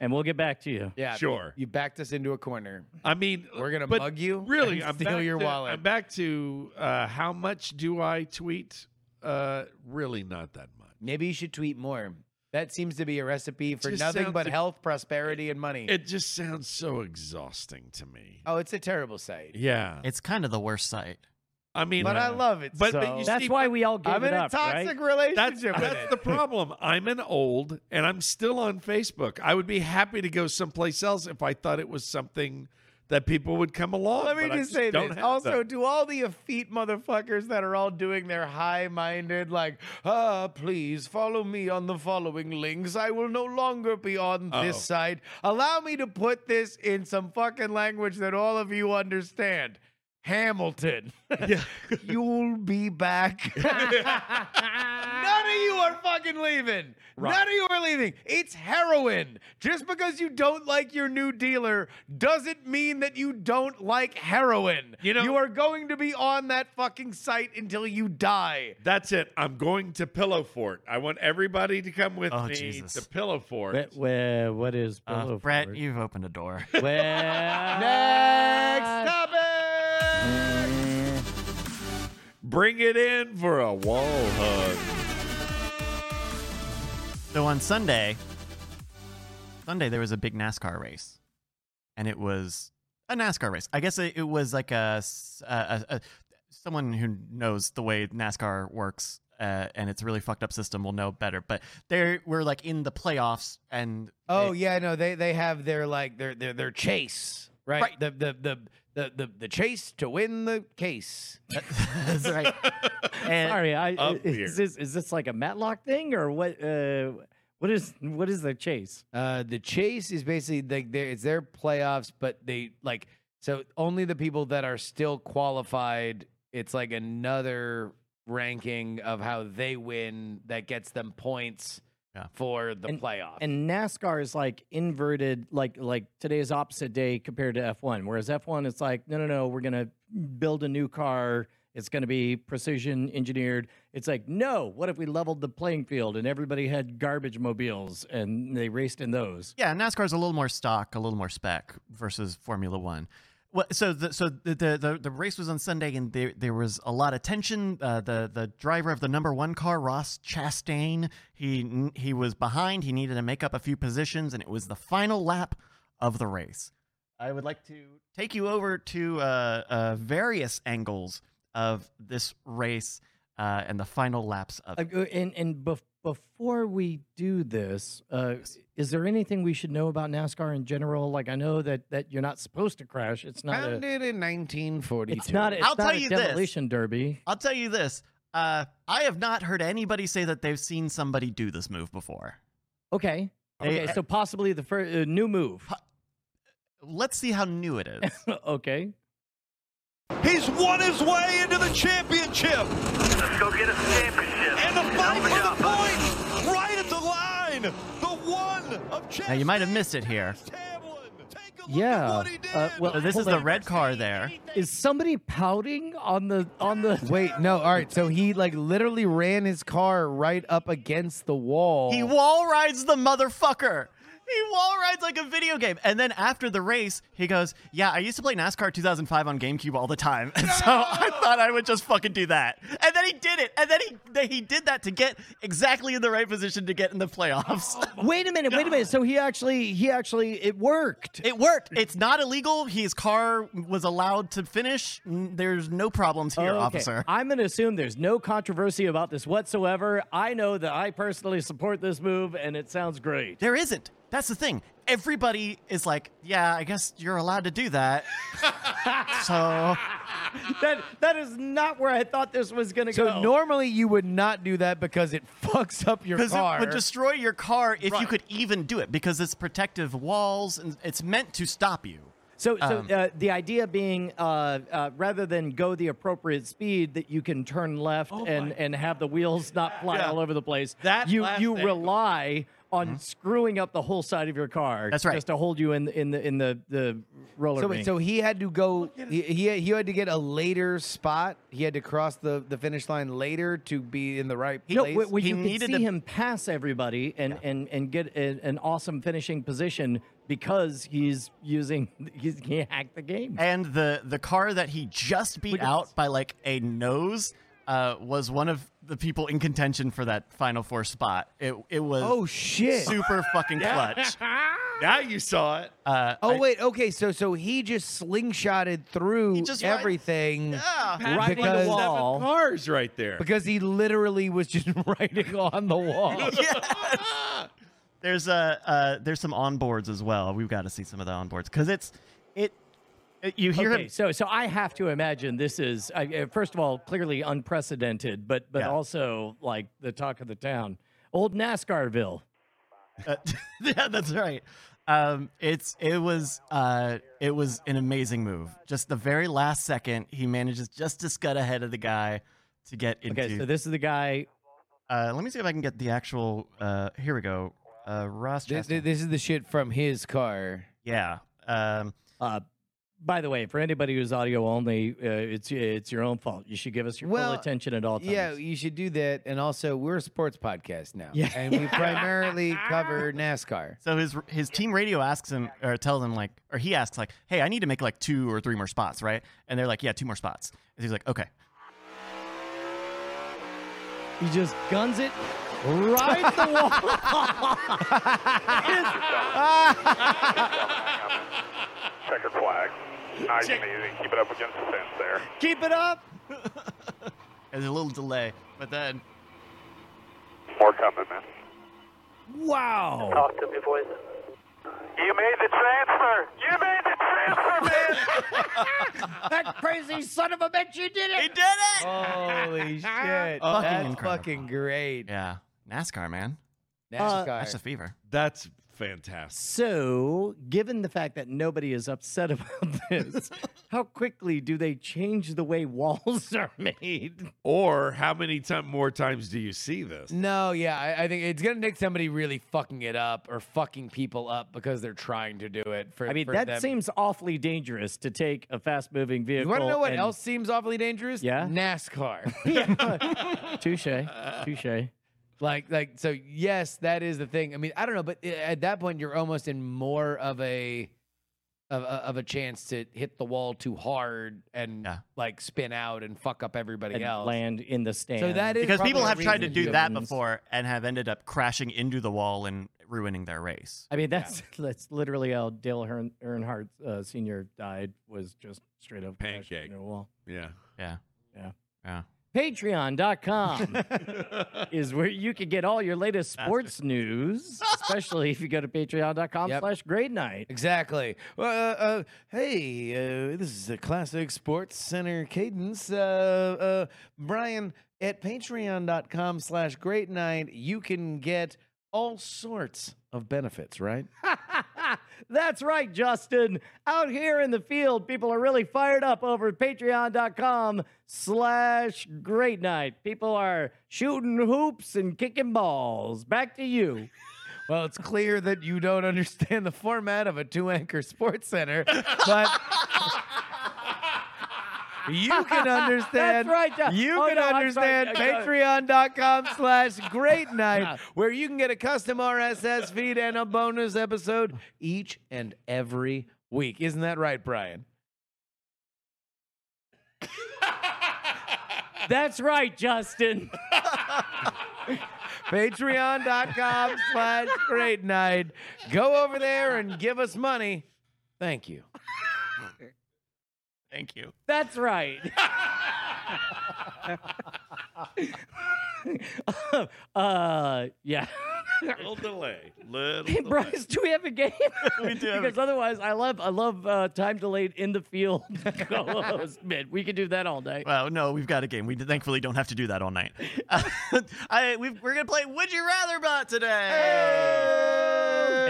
Speaker 2: and we'll get back to you.
Speaker 3: Yeah,
Speaker 1: Sure.
Speaker 3: You backed us into a corner.
Speaker 1: I mean,
Speaker 3: We're gonna
Speaker 1: but
Speaker 3: mug you.
Speaker 1: Really,
Speaker 3: and
Speaker 1: I'm
Speaker 3: steal
Speaker 1: back
Speaker 3: your
Speaker 1: to,
Speaker 3: wallet.
Speaker 1: I'm back to uh, how much do I tweet? Uh, really, not that much.
Speaker 3: Maybe you should tweet more. That seems to be a recipe for
Speaker 1: Just
Speaker 3: nothing
Speaker 1: sounds
Speaker 3: but
Speaker 1: like-
Speaker 3: health, prosperity, and money.
Speaker 1: It just sounds so exhausting to me.
Speaker 3: oh, it's a terrible sight.
Speaker 1: Yeah,
Speaker 6: It's kind of the worst site.
Speaker 1: I mean,
Speaker 3: But I
Speaker 1: uh,
Speaker 3: love it.
Speaker 1: But-
Speaker 3: so.
Speaker 1: but you
Speaker 2: That's
Speaker 1: Steve,
Speaker 2: why we all gave
Speaker 3: I'm
Speaker 2: it
Speaker 3: in
Speaker 2: up,
Speaker 3: a toxic
Speaker 2: right?
Speaker 1: That's,
Speaker 3: relationship with
Speaker 1: that's
Speaker 3: it.
Speaker 1: the problem. I'm an old and I'm still on Facebook. I would be happy to go someplace else if I thought it was something that people would come along.
Speaker 3: Let me
Speaker 1: but I
Speaker 3: just say
Speaker 1: don't
Speaker 3: this.
Speaker 1: have
Speaker 3: Also,
Speaker 1: (laughs) them.
Speaker 3: to all the effete motherfuckers that are all doing their high-minded, like, ah, please follow me on the following links. I will no longer be on
Speaker 1: Uh-oh.
Speaker 3: this site. Allow me to put this in some fucking language that all of you understand. Hamilton. (laughs) You'll be back.
Speaker 1: (laughs)
Speaker 3: None of you are fucking leaving. None of you are leaving. It's heroin. Just because you don't like your new dealer doesn't mean that you don't like heroin.
Speaker 1: You know-
Speaker 3: you are going to be on that fucking site until you die.
Speaker 1: that's it. I'm going to Pillow Fort. I want everybody to come with
Speaker 6: Oh,
Speaker 1: me
Speaker 6: Jesus.
Speaker 1: to Pillow Fort.
Speaker 2: Where, where, what is
Speaker 6: Uh,
Speaker 2: Pillow
Speaker 6: Brett,
Speaker 3: (laughs)
Speaker 2: Fort?
Speaker 6: you've opened a door.
Speaker 2: Well,
Speaker 3: Next topic.
Speaker 1: Bring it in for a wall hug.
Speaker 6: So on Sunday, Sunday there was a big NASCAR race, and it was a NASCAR race. I guess it, it was like a, s- a- a- a- someone who knows the way NASCAR works uh, and it's a really fucked up system will know better. But they were like in the playoffs, and
Speaker 3: Oh
Speaker 6: they-
Speaker 3: yeah, no, they they have their like their their their chase, right?
Speaker 6: Right.
Speaker 3: The, the the the the the chase to win the case.
Speaker 6: that's right.
Speaker 3: (laughs)
Speaker 6: And-
Speaker 2: sorry. I,
Speaker 1: Up
Speaker 2: is
Speaker 1: here.
Speaker 2: this is this like a Matlock thing or what? Uh, what is what is the chase?
Speaker 3: Uh, the chase is basically like their- it's their playoffs, but they like so only the people that are still qualified. It's like another ranking of how they win that gets them points
Speaker 6: Yeah.
Speaker 3: for the
Speaker 2: And-
Speaker 3: playoff.
Speaker 2: And NASCAR is like inverted, like like today's opposite day compared to F1. Whereas F1, it's like no, no, no, we're gonna build a new car. It's gonna be precision engineered. It's like no, what if we leveled the playing field and everybody had garbage mobiles and they raced in those?
Speaker 6: Yeah, NASCAR's a little more stock, a little more spec versus Formula One. Well, so the, so the, the the the race was on Sunday, and there there was a lot of tension. Uh, the the driver of the number one car, Ross Chastain, he he was behind. He needed to make up a few positions, and it was the final lap of the race. I would like to take you over to uh, uh, various angles of this race uh, and the final laps of
Speaker 2: Uh,
Speaker 6: it.
Speaker 2: uh, and and bef- before we do this, uh,
Speaker 6: Yes.
Speaker 2: is there anything we should know about NASCAR in general? Like I know that that you're not supposed to crash. It's not. A,
Speaker 3: Founded in 1942.
Speaker 2: it's not. a- It's
Speaker 6: I'll
Speaker 2: not
Speaker 6: tell
Speaker 2: a
Speaker 6: you this.
Speaker 2: demolition derby.
Speaker 6: I'll tell you this. Uh, I have not heard anybody say that they've seen somebody do this move before.
Speaker 2: Okay.
Speaker 6: They-
Speaker 2: Okay. So possibly the first uh, new move.
Speaker 6: Let's see how new it is.
Speaker 2: (laughs) okay.
Speaker 8: He's won his way into the championship.
Speaker 9: Let's go get us a championship.
Speaker 8: And the
Speaker 9: Help
Speaker 8: fight
Speaker 9: me
Speaker 8: for the
Speaker 9: out, bud.
Speaker 8: point right at the line. The one of Chastain.
Speaker 6: Now, you might have missed it here.
Speaker 8: Tamlin. Take a look
Speaker 2: Yeah,
Speaker 8: At what he did.
Speaker 2: uh, well,
Speaker 6: So this is the red car there.
Speaker 2: Is somebody pouting on the on the?
Speaker 3: Wait, no. All right. So he like literally ran his car right up against the wall.
Speaker 6: He wall rides the motherfucker. He wall rides like a video game. And then after the race, he goes, Yeah, I used to play NASCAR 2005 on GameCube all the time. (laughs) And so I thought I would just fucking do that. And then he did it. And then he then he did that to get exactly in the right position to get in the playoffs.
Speaker 2: (laughs) Wait a minute. Wait a minute. So he actually he actually it worked.
Speaker 6: it worked. It's not illegal. His car was allowed to finish. N- There's no problems here,
Speaker 2: Oh, Okay,
Speaker 6: officer.
Speaker 2: I'm going to assume there's no controversy about this whatsoever. I know that I personally support this move, and it sounds great.
Speaker 6: There isn't. That's the thing. Everybody is like, Yeah, I guess you're allowed to do that. so
Speaker 2: that that is not where I thought this was going to
Speaker 3: So
Speaker 2: go.
Speaker 3: normally you would not do that because it (laughs) fucks up your
Speaker 6: Because
Speaker 3: car.
Speaker 6: it would destroy your car if you
Speaker 8: Right.
Speaker 6: could even do it, because it's protective walls and it's meant to stop you.
Speaker 2: so so uh, the idea being, uh, uh, rather than go the appropriate speed, that you can turn left and and have the wheels not fly all over the place.
Speaker 3: That
Speaker 2: you
Speaker 3: last
Speaker 2: you
Speaker 3: angle.
Speaker 2: rely on screwing up the whole side of your car.
Speaker 6: That's right.
Speaker 2: Just to hold you in the in the in the the roller.
Speaker 3: so,
Speaker 2: rink.
Speaker 3: wait, so he had to go. He, he he had to get a later spot. He had to cross the, the finish line later to be in the right
Speaker 2: no,
Speaker 3: place.
Speaker 2: wh- when
Speaker 6: He
Speaker 2: you could
Speaker 6: needed
Speaker 2: see
Speaker 6: to-
Speaker 2: him pass everybody and, and, and get a, an awesome finishing position because he's using (laughs) he's, he hacked the game.
Speaker 6: And the the car that he just beat out by like a nose uh, was one of the people in contention for that final four spot. It it was
Speaker 3: oh shit!
Speaker 6: super fucking clutch.
Speaker 1: Now you saw it.
Speaker 6: Uh,
Speaker 3: Oh
Speaker 6: I-
Speaker 3: wait, okay. So so he just slingshotted through
Speaker 6: just ride-
Speaker 3: everything
Speaker 6: yeah.
Speaker 2: Right on the
Speaker 3: because-
Speaker 1: Seven
Speaker 2: wall.
Speaker 1: cars right there.
Speaker 3: because he literally was just (laughs) riding on the wall.
Speaker 6: There's uh, uh there's some onboards as well. We've got to see some of the onboards because it's it, it- you hear
Speaker 2: Okay,
Speaker 6: him
Speaker 2: so so I have to imagine this is I, uh, first of all clearly unprecedented, but but
Speaker 6: Yeah.
Speaker 2: also like the talk of the town, old NASCARville.
Speaker 6: Uh, (laughs) yeah, that's right. Um, it's it was uh, it was an amazing move. Just the very last second, he manages just to scud ahead of the guy to get into.
Speaker 2: Okay, so this is the guy.
Speaker 6: uh, let me see if I can get the actual. Uh, here we go. Uh, Ross.
Speaker 3: This,
Speaker 6: Chastain.
Speaker 3: this is the shit from his car.
Speaker 6: yeah. Um,
Speaker 2: Uh, by the way, for anybody who's audio only, uh, it's it's your own fault. You should give us your
Speaker 3: Well,
Speaker 2: full attention at all times.
Speaker 3: Yeah, you should do that. And also, we're a sports podcast now,
Speaker 2: Yeah.
Speaker 3: and (laughs) we primarily cover NASCAR.
Speaker 6: so his his team radio asks him or tells him like or he asks like, "Hey, I need to make like two or three more spots, right?" And they're like, "Yeah, two more spots." And he's like, "Okay."
Speaker 2: He just guns it right the wall.
Speaker 9: Checkered flag. Nice and easy. Keep it up against the fence there.
Speaker 2: Keep it up.
Speaker 6: And there's a little delay, but then
Speaker 9: More coming, man.
Speaker 2: Wow.
Speaker 10: Talk to me, boys.
Speaker 9: You made the transfer. You made the transfer, man.
Speaker 2: That crazy son of a bitch, you did
Speaker 6: he
Speaker 2: it.
Speaker 6: did
Speaker 2: (laughs)
Speaker 6: it.
Speaker 3: Holy shit!
Speaker 2: Uh,
Speaker 6: oh, Fucking
Speaker 3: That's
Speaker 6: incredible.
Speaker 3: fucking great.
Speaker 6: Yeah, NASCAR man,
Speaker 3: NASCAR.
Speaker 6: that's a fever.
Speaker 1: That's fantastic.
Speaker 2: So, given the fact that nobody is upset (laughs) about this, how quickly do they change the way walls (laughs) are made?
Speaker 1: Or how many time, more times do you see this?
Speaker 3: no, yeah, I, I think it's gonna take somebody really fucking it up or fucking people up because they're trying to do it. For
Speaker 2: I mean,
Speaker 3: for
Speaker 2: that
Speaker 3: them.
Speaker 2: seems awfully dangerous to take a fast-moving vehicle.
Speaker 3: You want to know what
Speaker 2: and-
Speaker 3: else seems awfully dangerous?
Speaker 2: Yeah?
Speaker 3: NASCAR.
Speaker 2: (laughs)
Speaker 3: (laughs)
Speaker 2: Yeah. (laughs) Touche. Touche.
Speaker 3: Like, like, so yes, that is the thing. I mean, I don't know, but i- at that point, you're almost in more of a, uh, of, of a chance to hit the wall too hard and
Speaker 6: Yeah.
Speaker 3: like spin out and fuck up everybody
Speaker 2: and
Speaker 3: else.
Speaker 2: land in the stand.
Speaker 3: So that is
Speaker 6: because people
Speaker 3: probably a
Speaker 6: have tried to
Speaker 3: reason
Speaker 6: do
Speaker 3: you-
Speaker 6: that
Speaker 2: happens.
Speaker 6: before and have ended up crashing into the wall and ruining their race.
Speaker 2: I mean, that's (laughs) that's literally how Dale Earn, Earnhardt uh, Sr. died was just straight up crashed
Speaker 1: Pancake.
Speaker 2: into a wall.
Speaker 1: Yeah.
Speaker 6: Yeah.
Speaker 2: Yeah.
Speaker 6: Yeah.
Speaker 3: (laughs)
Speaker 2: Patreon.com is where you can get all your latest sports news, especially if you go to patreon.com
Speaker 3: Yep.
Speaker 2: slash grade night.
Speaker 3: Exactly. Well, uh, uh, hey, uh, this is a classic Sports Center cadence. Uh, uh, Brian, at patreon.com slash great night, you can get all sorts of benefits, right?
Speaker 2: That's right, Justin. Out here in the field, people are really fired up over at patreon.com slash great night. People are shooting hoops and kicking balls. Back to you.
Speaker 3: Well, it's clear that you don't understand the format of a two anchor sports center, but
Speaker 2: (laughs)
Speaker 3: you can understand.
Speaker 2: That's right, John.
Speaker 3: You
Speaker 2: Oh,
Speaker 3: can
Speaker 2: no, I'm sorry.
Speaker 3: understand
Speaker 2: Uh, uh,
Speaker 3: patreon.com slash
Speaker 2: (laughs)
Speaker 3: great night, where you can get a custom RSS feed and a bonus episode each and every week. Isn't that right, Brian?
Speaker 2: That's right, Justin.
Speaker 3: Patreon.com slash great night. Go over there and give us money. Thank you.
Speaker 6: Thank you.
Speaker 1: (laughs)
Speaker 2: That's right. (laughs) uh, yeah.
Speaker 1: Little delay. Little
Speaker 2: Hey,
Speaker 1: delay.
Speaker 2: Bryce, do we have
Speaker 1: (laughs)
Speaker 2: a game?
Speaker 6: We do have a
Speaker 2: because otherwise, I love I love uh, time delayed in the field. (laughs) co-host, man. We could do that all day.
Speaker 6: Well, no, we've got a game. We thankfully don't have to do that all night. (laughs) I, we've, we're going to play Would You Rather Bot today.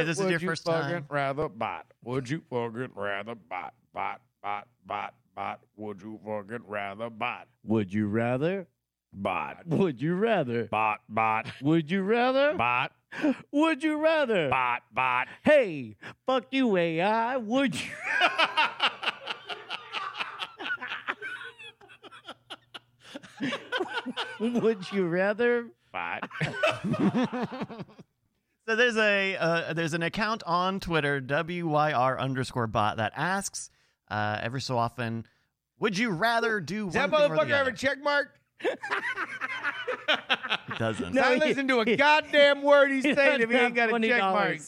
Speaker 6: If this is
Speaker 3: Would
Speaker 6: your
Speaker 3: you
Speaker 6: first
Speaker 3: fucking
Speaker 6: time.
Speaker 3: Rather bot. Would you fucking rather bot? Bot, bot, bot, bot. Would you fucking rather bot?
Speaker 2: Would you rather?
Speaker 3: Bot.
Speaker 2: Would you rather?
Speaker 3: Bot, bot,
Speaker 2: Would you rather?
Speaker 3: bot,
Speaker 2: (laughs) Would you rather?
Speaker 3: bot, bot.
Speaker 2: Hey, fuck you, AI. Would
Speaker 3: (laughs)
Speaker 2: you? (laughs) Would you rather?
Speaker 6: So there's a uh, there's an account on Twitter WYR underscore bot that asks uh, every so often, would you rather do
Speaker 3: Does
Speaker 6: one
Speaker 3: that
Speaker 6: thing or the
Speaker 3: motherfucker have
Speaker 6: other?
Speaker 3: a check mark?
Speaker 6: It doesn't.
Speaker 2: No,
Speaker 3: I
Speaker 2: he-
Speaker 3: listen to a goddamn word he's (laughs) saying if he ain't got a
Speaker 2: $20,
Speaker 3: check mark.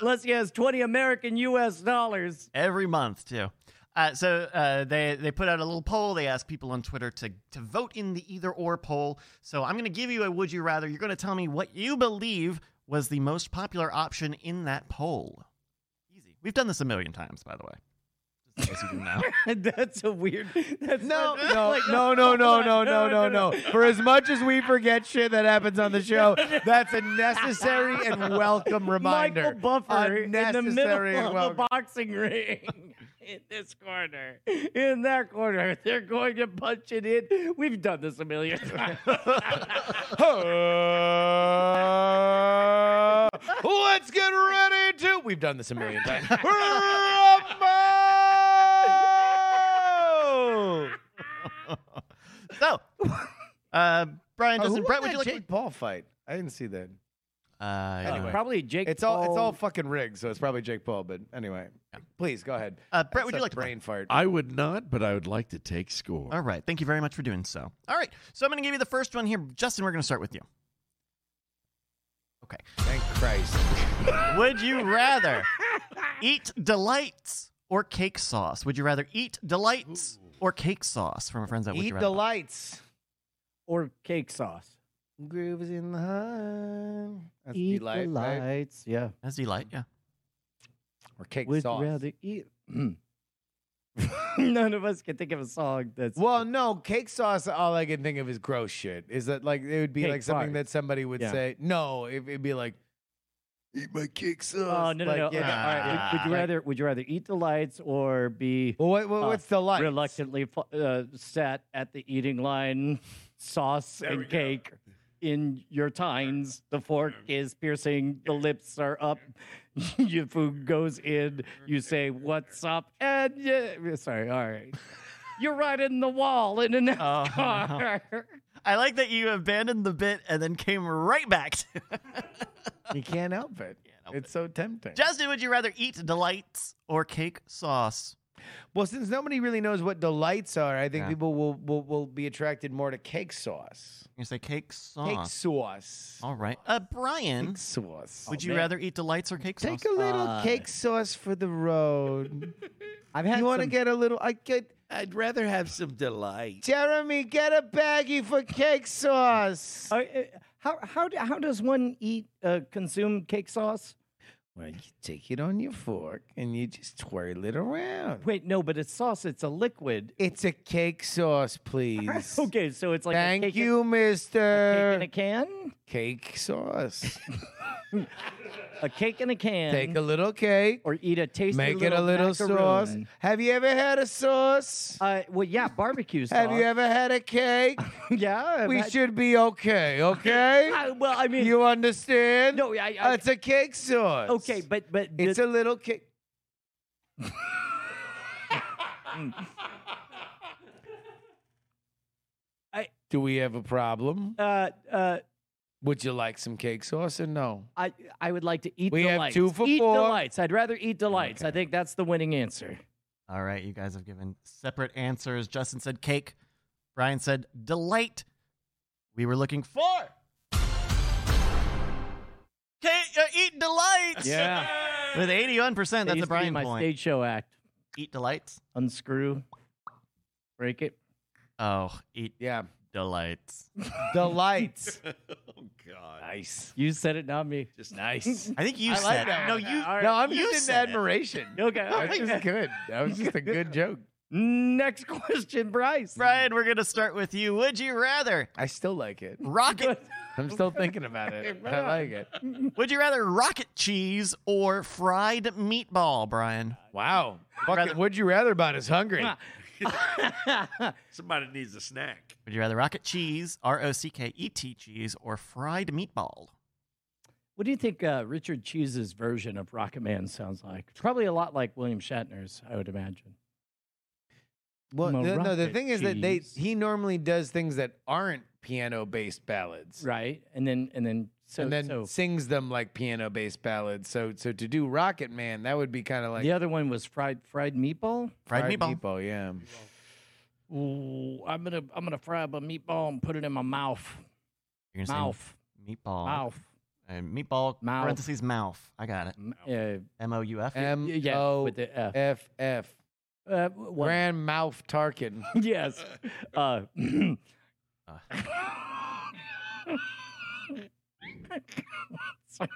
Speaker 2: Unless he has 20 American US dollars. (laughs)
Speaker 6: every month too. Uh, so uh, they they put out a little poll. They asked people on Twitter to to vote in the either or poll. So I'm going to give you a would you rather. You're going to tell me what you believe was the most popular option in that poll. Easy. We've done this a million times, by the way. Just in case you didn't know.
Speaker 2: that's a weird. That's
Speaker 3: No,
Speaker 2: like-
Speaker 3: no,
Speaker 2: like,
Speaker 3: no, no, no,
Speaker 2: hold
Speaker 3: no,
Speaker 2: on,
Speaker 3: no, no, no. For as much as we forget shit that happens on the show, that's a necessary and welcome reminder.
Speaker 2: Michael Buffer in the
Speaker 3: Unnecessary and
Speaker 2: middle of a
Speaker 3: welcome.
Speaker 2: boxing ring (laughs) in this corner, in that corner. They're going to punch it in. We've done this a
Speaker 3: (laughs)
Speaker 2: million times.
Speaker 3: Uh, Let's get ready to. We've done this a million times. Rumble!
Speaker 6: so, uh, Brian,
Speaker 3: Oh, Who
Speaker 6: Justin,
Speaker 3: won
Speaker 6: Brett, would
Speaker 3: that
Speaker 6: you like?
Speaker 3: Jake Paul fight? I didn't see that.
Speaker 6: Uh,
Speaker 3: Anyway.
Speaker 2: Probably Jake.
Speaker 3: It's all it's
Speaker 2: Paul.
Speaker 3: all fucking rigged, so it's probably Jake Paul. But anyway, please go ahead.
Speaker 6: Uh, Brett, would
Speaker 3: That's
Speaker 6: you
Speaker 3: a
Speaker 6: like to play?
Speaker 3: brain fart?
Speaker 1: I would not, but I would like to take score.
Speaker 6: All right. Thank you very much for doing so. All right. So I'm going to give you the first one here. Justin, we're going to start with you. Okay.
Speaker 3: Thank Christ.
Speaker 6: Would you
Speaker 3: (laughs)
Speaker 6: rather eat delights or cake sauce? Would you rather eat delights or cake sauce from our friends at Would You
Speaker 3: Eat
Speaker 6: Rather?
Speaker 3: the lights.
Speaker 2: or cake sauce.
Speaker 3: Groove is in the heart. That's
Speaker 2: Eat
Speaker 3: delight,
Speaker 2: the
Speaker 3: right?
Speaker 2: lights. Yeah.
Speaker 6: That's delight, yeah.
Speaker 3: Or cake
Speaker 2: Would
Speaker 3: sauce.
Speaker 2: you rather eat? (clears throat) None of us can think of a song that's
Speaker 3: Well, no, cake sauce. All I can think of is gross shit. Is that like it would be
Speaker 2: Cake
Speaker 3: like something
Speaker 2: fart.
Speaker 3: that somebody would
Speaker 2: Yeah.
Speaker 3: say? No, it, it'd be like eat my cake sauce.
Speaker 2: Oh no no
Speaker 3: Like,
Speaker 2: no! okay,
Speaker 3: yeah,
Speaker 2: all right. Would,
Speaker 6: Ah.
Speaker 2: would you rather would you rather eat the lights or be
Speaker 3: Well, what, what,
Speaker 2: Uh,
Speaker 3: what's the lights?
Speaker 2: reluctantly fo- uh, sat at the eating line, sauce and cake in your tines? The fork is piercing, the lips are up, (laughs) your food goes in. You say what's up, and you, sorry, all right. You're right in the wall in
Speaker 7: Uh-huh.
Speaker 2: an
Speaker 6: Oh,
Speaker 2: car.
Speaker 6: I
Speaker 3: (laughs)
Speaker 6: like that you abandoned the bit and then came right back to
Speaker 3: You can't help it. It's so tempting.
Speaker 6: Justin, would you rather eat delights or cake sauce?
Speaker 3: Well, since nobody really knows what delights are, I think
Speaker 6: Yeah.
Speaker 3: people will, will will be attracted more to cake sauce.
Speaker 6: You say cake
Speaker 3: Cake
Speaker 6: sauce.
Speaker 3: sauce.
Speaker 6: All right. Uh, Brian,
Speaker 3: Cake sauce.
Speaker 6: would you rather eat delights or cake
Speaker 3: Oh, Take a
Speaker 6: sauce?
Speaker 3: little
Speaker 7: Uh,
Speaker 3: cake sauce for the road.
Speaker 7: I've had
Speaker 3: you want to
Speaker 7: some-
Speaker 3: get a little? I get.
Speaker 10: I'd rather have some delight.
Speaker 3: Jeremy, get a baggie for cake sauce.
Speaker 2: Uh, uh, how how d- how does one eat uh, consume cake sauce?
Speaker 3: Well, you take it on your fork and you just twirl it around.
Speaker 2: Wait, no, but it's sauce. It's a liquid.
Speaker 3: It's a cake sauce, please.
Speaker 2: Okay, so it's like a
Speaker 3: Thank
Speaker 2: cake in-
Speaker 3: you, uh,
Speaker 2: cake
Speaker 3: mister.
Speaker 2: in a can.
Speaker 3: Cake sauce.
Speaker 2: A cake in a can.
Speaker 3: Take a little cake.
Speaker 2: or eat a tasty
Speaker 3: Make it
Speaker 2: little
Speaker 3: a little sauce.
Speaker 2: macaroon.
Speaker 3: Have you ever had a sauce?
Speaker 2: Uh, well, yeah, barbecue sauce.
Speaker 3: Have you ever had
Speaker 2: (laughs)
Speaker 3: a cake?
Speaker 2: yeah, I've
Speaker 3: we
Speaker 2: had-
Speaker 3: should be okay, okay?
Speaker 2: (laughs) I- well, I mean,
Speaker 3: you understand?
Speaker 2: no, I, I,
Speaker 3: it's a cake sauce.
Speaker 2: okay, but but
Speaker 3: it's
Speaker 2: the-
Speaker 3: a little cake.
Speaker 2: (laughs) I-
Speaker 3: Do we have a problem?
Speaker 2: uh, uh,
Speaker 3: Would you like some cake sauce or no?
Speaker 2: I I would like to eat.
Speaker 3: We have
Speaker 2: delights.
Speaker 3: two for
Speaker 2: eat
Speaker 3: four.
Speaker 2: delights. I'd rather eat delights. I think that's the winning answer.
Speaker 6: All right. You guys have given separate answers. Justin said cake. Brian said delight. We were looking for. Cake, uh, eat delights.
Speaker 2: Yeah,
Speaker 6: With
Speaker 2: That
Speaker 6: 81%, that's
Speaker 2: used
Speaker 6: a
Speaker 2: to be
Speaker 6: Brian
Speaker 2: my
Speaker 6: point.
Speaker 2: stage show act.
Speaker 6: Eat delights.
Speaker 2: Unscrew, break it.
Speaker 6: Oh, eat
Speaker 3: Yeah.
Speaker 6: delights.
Speaker 3: (laughs) Delights.
Speaker 10: Oh God. Nice.
Speaker 2: You said it, not me.
Speaker 10: Just nice.
Speaker 6: I think you
Speaker 3: I
Speaker 6: said
Speaker 3: like that.
Speaker 6: no,
Speaker 3: one.
Speaker 6: you
Speaker 3: No, I'm
Speaker 6: you
Speaker 3: just in
Speaker 6: said it.
Speaker 3: admiration.
Speaker 2: Okay. all
Speaker 3: That was just
Speaker 2: right.
Speaker 3: good. That was just a good joke.
Speaker 2: (laughs) Next question, Bryce. (laughs)
Speaker 6: Brian, we're gonna start with you. Would you rather
Speaker 3: I still like it. (laughs)
Speaker 6: rocket?
Speaker 3: I'm still thinking
Speaker 2: (laughs)
Speaker 3: about it. I like it.
Speaker 6: would you rather rocket cheese or fried meatball, Brian?
Speaker 3: Wow.
Speaker 6: Rather-
Speaker 3: Fucking, would you rather about is hungry?
Speaker 10: Somebody needs a snack.
Speaker 6: Would you rather rocket cheese, R O C K E T cheese, or fried meatball?
Speaker 2: What do you think uh, Richard Cheese's version of Rocket Man sounds like? Probably a lot like William Shatner's, I would imagine.
Speaker 3: Well,
Speaker 2: I'm a
Speaker 3: the, no, the
Speaker 2: rocket
Speaker 3: thing is that they
Speaker 2: cheese.
Speaker 3: he normally does things that aren't piano-based ballads.
Speaker 2: Right, and then and then so
Speaker 3: and then
Speaker 2: so
Speaker 3: sings them like piano-based ballads. So so to do Rocket Man, that would be kind of like
Speaker 2: the other one was fried fried meatball.
Speaker 6: Fried, meatball.
Speaker 3: yeah.
Speaker 2: Ooh, I'm gonna I'm gonna fry up a meatball and put it in my mouth,
Speaker 6: You're gonna say
Speaker 2: mouth,
Speaker 6: Meatball.
Speaker 2: mouth.
Speaker 6: And meatball.
Speaker 2: Mouth.
Speaker 6: Parentheses mouth. I got it.
Speaker 2: M- Uh,
Speaker 6: M O U F. E.
Speaker 3: M
Speaker 2: y- yeah,
Speaker 3: O
Speaker 2: with the F.
Speaker 3: F F.
Speaker 2: Oh. Uh, what-
Speaker 3: Grand Mouth
Speaker 2: (laughs)
Speaker 3: Tarkin.
Speaker 2: yes.
Speaker 3: (laughs)
Speaker 2: Uh, sorry.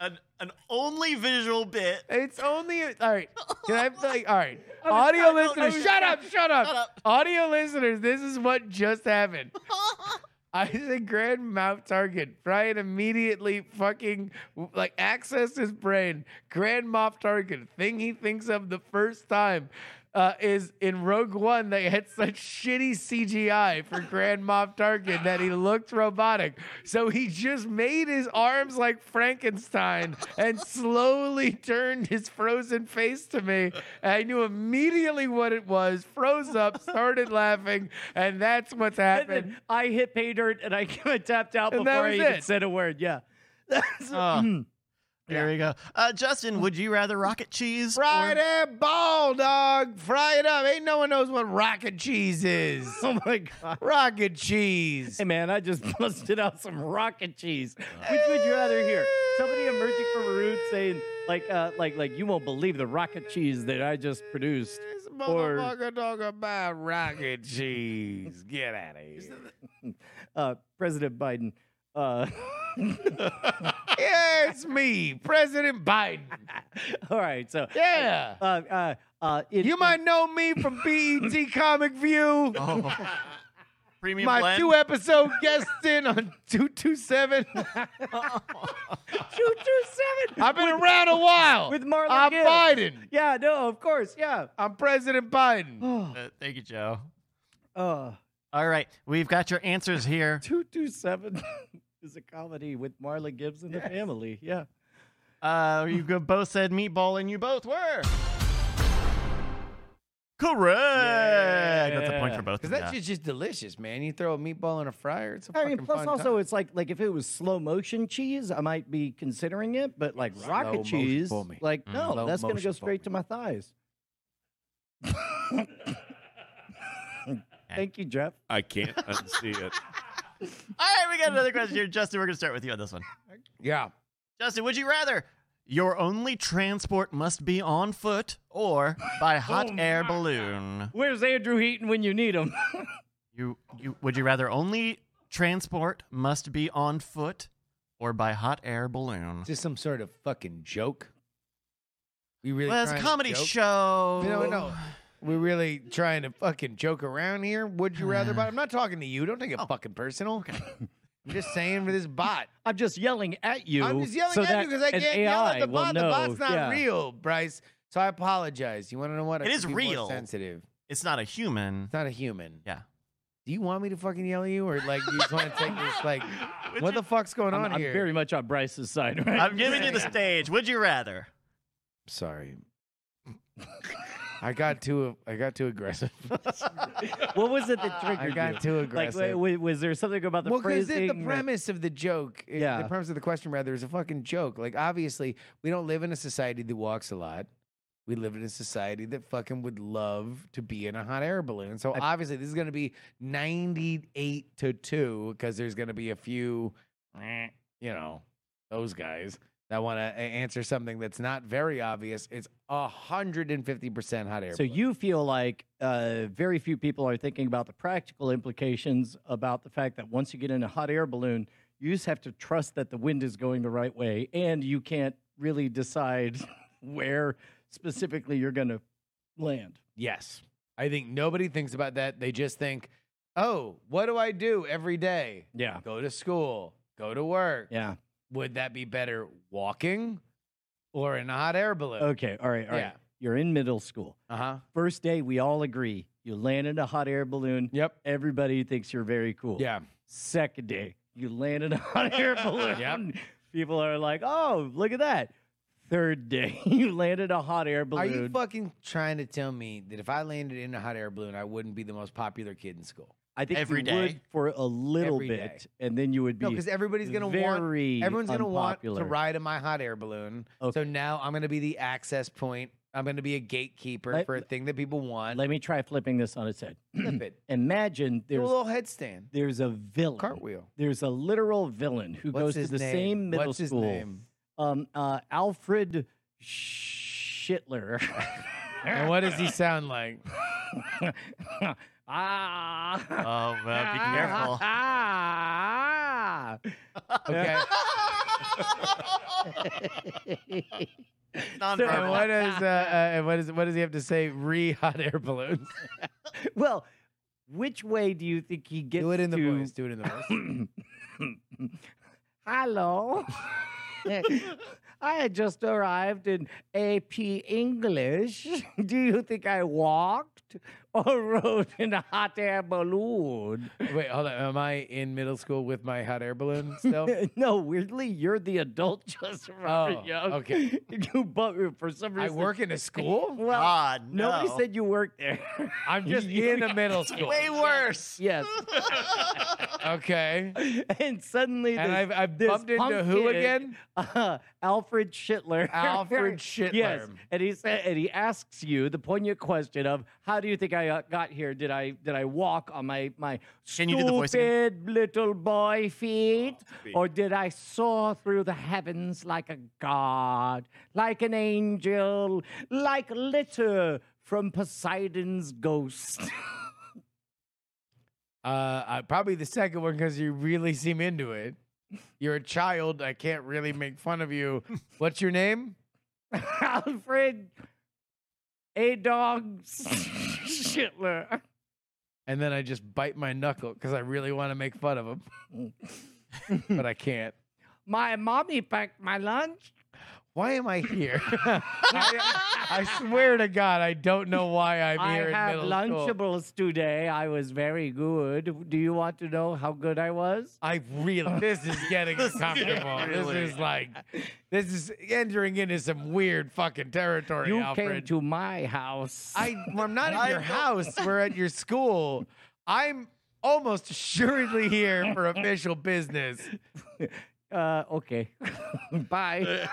Speaker 6: An, an only visual bit.
Speaker 3: It's only a- all right. Can I like all right?
Speaker 2: was
Speaker 3: Audio
Speaker 2: trying- (laughs) I was
Speaker 3: listeners, shut up, shut up,
Speaker 6: Shut up.
Speaker 3: Audio listeners, this is what just happened. I said Grand Mount Target. Brian immediately fucking like accessed his brain. Grand Moff Target, thing he thinks of the first time. Uh, is in Rogue One they had such shitty CGI for Grand Moff Tarkin that he looked robotic. So he just made his arms like Frankenstein and slowly turned his frozen face to me. I knew immediately what it was, froze up, started laughing, and that's what's
Speaker 2: And
Speaker 3: happened.
Speaker 2: then I hit pay dirt and I (laughs) tapped out
Speaker 3: And that
Speaker 2: before I
Speaker 3: was
Speaker 2: even
Speaker 3: it.
Speaker 2: said a word. Yeah. (laughs)
Speaker 6: Oh. There we go. Uh, Justin, would you rather rocket cheese? or-
Speaker 3: Fry that ball, dog. Fry it up. Ain't no one knows what rocket cheese is. (laughs)
Speaker 2: Oh my god.
Speaker 3: rocket cheese.
Speaker 2: Hey man, I just (laughs) busted out some rocket cheese. Which would you rather hear? Somebody emerging from a root saying like uh like like you won't believe the rocket cheese that I just produced.
Speaker 3: This
Speaker 2: Or-
Speaker 3: motherfucker talking about rocket cheese. Get out of here.
Speaker 2: Uh President Biden.
Speaker 3: (laughs)
Speaker 2: Uh (laughs)
Speaker 3: yeah, it's me, President Biden.
Speaker 2: all right, so
Speaker 3: Yeah.
Speaker 2: uh uh uh it,
Speaker 3: You might know me from
Speaker 2: (laughs)
Speaker 3: BET Comic View.
Speaker 6: Oh. Premium
Speaker 3: My
Speaker 6: blend.
Speaker 3: two episode guest in on
Speaker 2: (laughs)
Speaker 3: 227.
Speaker 2: two two seven
Speaker 3: I've been (laughs) around a while.
Speaker 2: with Marla
Speaker 3: I'm
Speaker 2: Gibbs.
Speaker 3: Biden.
Speaker 2: Yeah, no, of course, yeah.
Speaker 3: I'm President Biden.
Speaker 2: Oh,
Speaker 6: Uh, thank you, Joe.
Speaker 2: (sighs) uh
Speaker 6: All right, we've got your answers here.
Speaker 2: 227 is a comedy with Marla Gibbs and the family. Yeah.
Speaker 6: Uh, you go- both said meatball, and you both were Correct. That's a point for both.
Speaker 3: Because
Speaker 6: of
Speaker 3: that
Speaker 6: ya.
Speaker 3: shit's just delicious, man. You throw a meatball in a fryer, it's a
Speaker 2: I
Speaker 3: fucking
Speaker 2: mean, plus
Speaker 3: fun
Speaker 2: also
Speaker 3: time.
Speaker 2: it's like like if it was slow motion cheese, I might be considering it. But like
Speaker 3: Slow
Speaker 2: rocket
Speaker 3: motion
Speaker 2: cheese,
Speaker 3: for me.
Speaker 2: like no,
Speaker 3: Slow
Speaker 2: that's gonna
Speaker 3: motion
Speaker 2: go
Speaker 3: for
Speaker 2: straight
Speaker 3: me.
Speaker 2: to my thighs. Thank you, Jeff.
Speaker 1: I can't unsee it.
Speaker 6: All right, we got another question (laughs) here, Justin. We're gonna start with you on this one.
Speaker 3: yeah.
Speaker 6: Justin, would you rather your only transport must be on foot or (laughs) by hot air balloon?
Speaker 2: Where's Andrew Heaton when you need him?
Speaker 6: You, you would you rather only transport must be on foot or by hot air balloon?
Speaker 3: Is this some sort of fucking joke? We really
Speaker 6: well, it's a
Speaker 3: trying to
Speaker 6: comedy
Speaker 3: joke?
Speaker 6: show.
Speaker 3: No, no. We're really trying to fucking joke around here. Would you rather bot? I'm not talking to you. Don't take it
Speaker 6: Oh.
Speaker 3: fucking personal. I'm just saying for
Speaker 6: (laughs)
Speaker 3: this bot.
Speaker 2: (laughs) I'm just yelling at you.
Speaker 3: I'm just yelling
Speaker 2: so
Speaker 3: at you
Speaker 2: that
Speaker 3: because I
Speaker 2: an
Speaker 3: can't yell at
Speaker 2: AI
Speaker 3: the
Speaker 2: will
Speaker 3: bot.
Speaker 2: Know.
Speaker 3: The bot's not
Speaker 2: Yeah.
Speaker 3: real, Bryce. So I apologize. You want to know what?
Speaker 6: It is
Speaker 3: People are
Speaker 6: real.
Speaker 3: sensitive.
Speaker 6: It's not a
Speaker 3: (laughs)
Speaker 6: human.
Speaker 3: It's not a human.
Speaker 6: Yeah.
Speaker 3: Do you want me to fucking yell at you, or like you just want to take this? Like,
Speaker 6: Would
Speaker 3: what
Speaker 6: you-
Speaker 3: the fuck's going
Speaker 2: I'm,
Speaker 3: on
Speaker 2: I'm
Speaker 3: here?
Speaker 2: very much on Bryce's side, right?
Speaker 6: I'm giving you the stage. Would you rather?
Speaker 3: Sorry. I got too. I got too aggressive.
Speaker 2: what was it (laughs) that
Speaker 3: I
Speaker 2: triggered
Speaker 3: got
Speaker 2: you?
Speaker 3: too
Speaker 2: Like,
Speaker 3: aggressive.
Speaker 2: wa- wa- was there something about the
Speaker 3: well, because
Speaker 2: phrasing?
Speaker 3: the
Speaker 2: that-
Speaker 3: premise of the joke, i-
Speaker 2: Yeah.
Speaker 3: the premise of the question rather is a fucking joke. Like, obviously, we don't live in a society that walks a lot. We live in a society that fucking would love to be in a hot air balloon. So obviously, this is going to be ninety-eight to two because there's going to be a few, eh, you know, those guys that want to answer something that's not very obvious. It's hundred and fifty percent hot air.
Speaker 2: So
Speaker 3: balloon.
Speaker 2: you feel like uh, very few people are thinking about the practical implications about the fact that once you get in a hot air balloon, you just have to trust that the wind is going the right way, and you can't really decide (laughs) where specifically you're going to land.
Speaker 3: Yes. I think nobody thinks about that. They just think, oh, what do I do every day?
Speaker 2: Yeah,
Speaker 3: Go to school, go to work.
Speaker 2: yeah.
Speaker 3: Would that be better walking or in a hot air balloon?
Speaker 2: Okay, all right, all right.
Speaker 3: Yeah.
Speaker 2: You're in middle school.
Speaker 3: Uh huh.
Speaker 2: First day, we all agree you land in a hot air balloon.
Speaker 3: Yep.
Speaker 2: Everybody thinks you're very cool.
Speaker 3: Yeah.
Speaker 2: Second day, you land (laughs) in a hot air balloon.
Speaker 3: (laughs) Yep.
Speaker 2: People are like, oh, look at that. Third day, (laughs) you landed a hot air balloon.
Speaker 3: Are you fucking trying to tell me that if I landed in a hot air balloon, I wouldn't be the most popular kid in school?
Speaker 2: I think
Speaker 6: Every
Speaker 2: you
Speaker 6: day.
Speaker 2: would for a little
Speaker 3: Every
Speaker 2: bit,
Speaker 3: day.
Speaker 2: and then you would be.
Speaker 3: No, because everybody's gonna want
Speaker 2: very
Speaker 3: everyone's gonna want to
Speaker 2: unpopular.
Speaker 3: ride in my hot air balloon.
Speaker 2: Okay.
Speaker 3: So now I'm gonna be the access point. I'm gonna be a gatekeeper
Speaker 2: Let-
Speaker 3: for a thing that people want.
Speaker 2: Let me try flipping this on its
Speaker 3: (clears throat)
Speaker 2: head. (clears throat)
Speaker 3: Flip it.
Speaker 2: Imagine
Speaker 3: Do a
Speaker 2: there's
Speaker 3: little headstand.
Speaker 2: there's a villain.
Speaker 3: Cartwheel.
Speaker 2: There's a literal villain who
Speaker 3: What's
Speaker 2: goes to
Speaker 3: his
Speaker 2: the
Speaker 3: name?
Speaker 2: same middle
Speaker 3: What's
Speaker 2: school.
Speaker 3: His name?
Speaker 2: Um, uh, Alfred
Speaker 3: (laughs)
Speaker 2: Schittler. (laughs)
Speaker 3: And what does he sound (laughs) like?
Speaker 2: ah.
Speaker 6: Oh, well, be (laughs) careful.
Speaker 3: (laughs)
Speaker 2: Ah.
Speaker 3: Okay. and
Speaker 6: Nonverbal.
Speaker 3: what is
Speaker 2: (laughs)
Speaker 3: uh, uh, and what is what does he have to say? Re hot air balloons.
Speaker 2: Well, which way do you think he gets
Speaker 3: Do it in the
Speaker 2: to?
Speaker 3: voice. Do it in the voice. (laughs)
Speaker 2: Hello. (laughs) I had just arrived in AP English. (laughs) Do you think I walked or (laughs) rode in a hot air balloon?
Speaker 3: (coughs) Wait, hold on. Am I in middle school with my hot air balloon (laughs) still?
Speaker 2: (laughs) no, weirdly, you're the adult, (laughs) just Robert
Speaker 3: Oh,
Speaker 2: Young.
Speaker 3: okay.
Speaker 2: (laughs) You, but for some
Speaker 3: I
Speaker 2: reason,
Speaker 3: work in a (laughs) school. Ah,
Speaker 2: Well,
Speaker 6: God, no.
Speaker 2: nobody said you worked there. (laughs)
Speaker 3: I'm just in a middle school.
Speaker 6: Way worse.
Speaker 2: yes,
Speaker 3: Okay.
Speaker 2: (laughs) and suddenly
Speaker 3: And
Speaker 2: this-
Speaker 3: I've, I've
Speaker 2: this
Speaker 3: bumped into
Speaker 2: punk
Speaker 3: who
Speaker 2: kid-
Speaker 3: again?
Speaker 2: (laughs) Uh, Alfred Schittler. (laughs)
Speaker 3: (laughs) Alfred Schittler.
Speaker 2: Yes, and he said, and he asks you the poignant question of, "How do you think I uh, got here? Did I did I walk on my my
Speaker 6: Can you do the voice again?
Speaker 2: stupid little boy feet, or did I soar through the heavens like a god, like an angel, like litter from Poseidon's ghost?"
Speaker 3: Uh, uh, probably the second one because you really seem into it. You're a child. I can't really make fun of you. What's your name?
Speaker 2: (laughs) Alfred A Dog
Speaker 3: (laughs)
Speaker 2: Schittler.
Speaker 3: and then I just bite my knuckle because I really want to make fun of him, (laughs) but I can't.
Speaker 2: My mommy packed my lunch.
Speaker 3: Why am I here? I, I swear to God, I don't know why I'm
Speaker 2: I
Speaker 3: here
Speaker 2: have
Speaker 3: in middle school.
Speaker 2: Lunchables today. I was very good. Do you want to know how good I was?
Speaker 3: I really this is getting uncomfortable. This is like this is entering into some weird fucking territory,
Speaker 2: you came
Speaker 3: Alfred.
Speaker 2: to my house.
Speaker 3: I well, I'm not at your house. We're at your school. I'm almost assuredly here for official business.
Speaker 2: uh,
Speaker 3: (laughs)
Speaker 2: okay. Bye.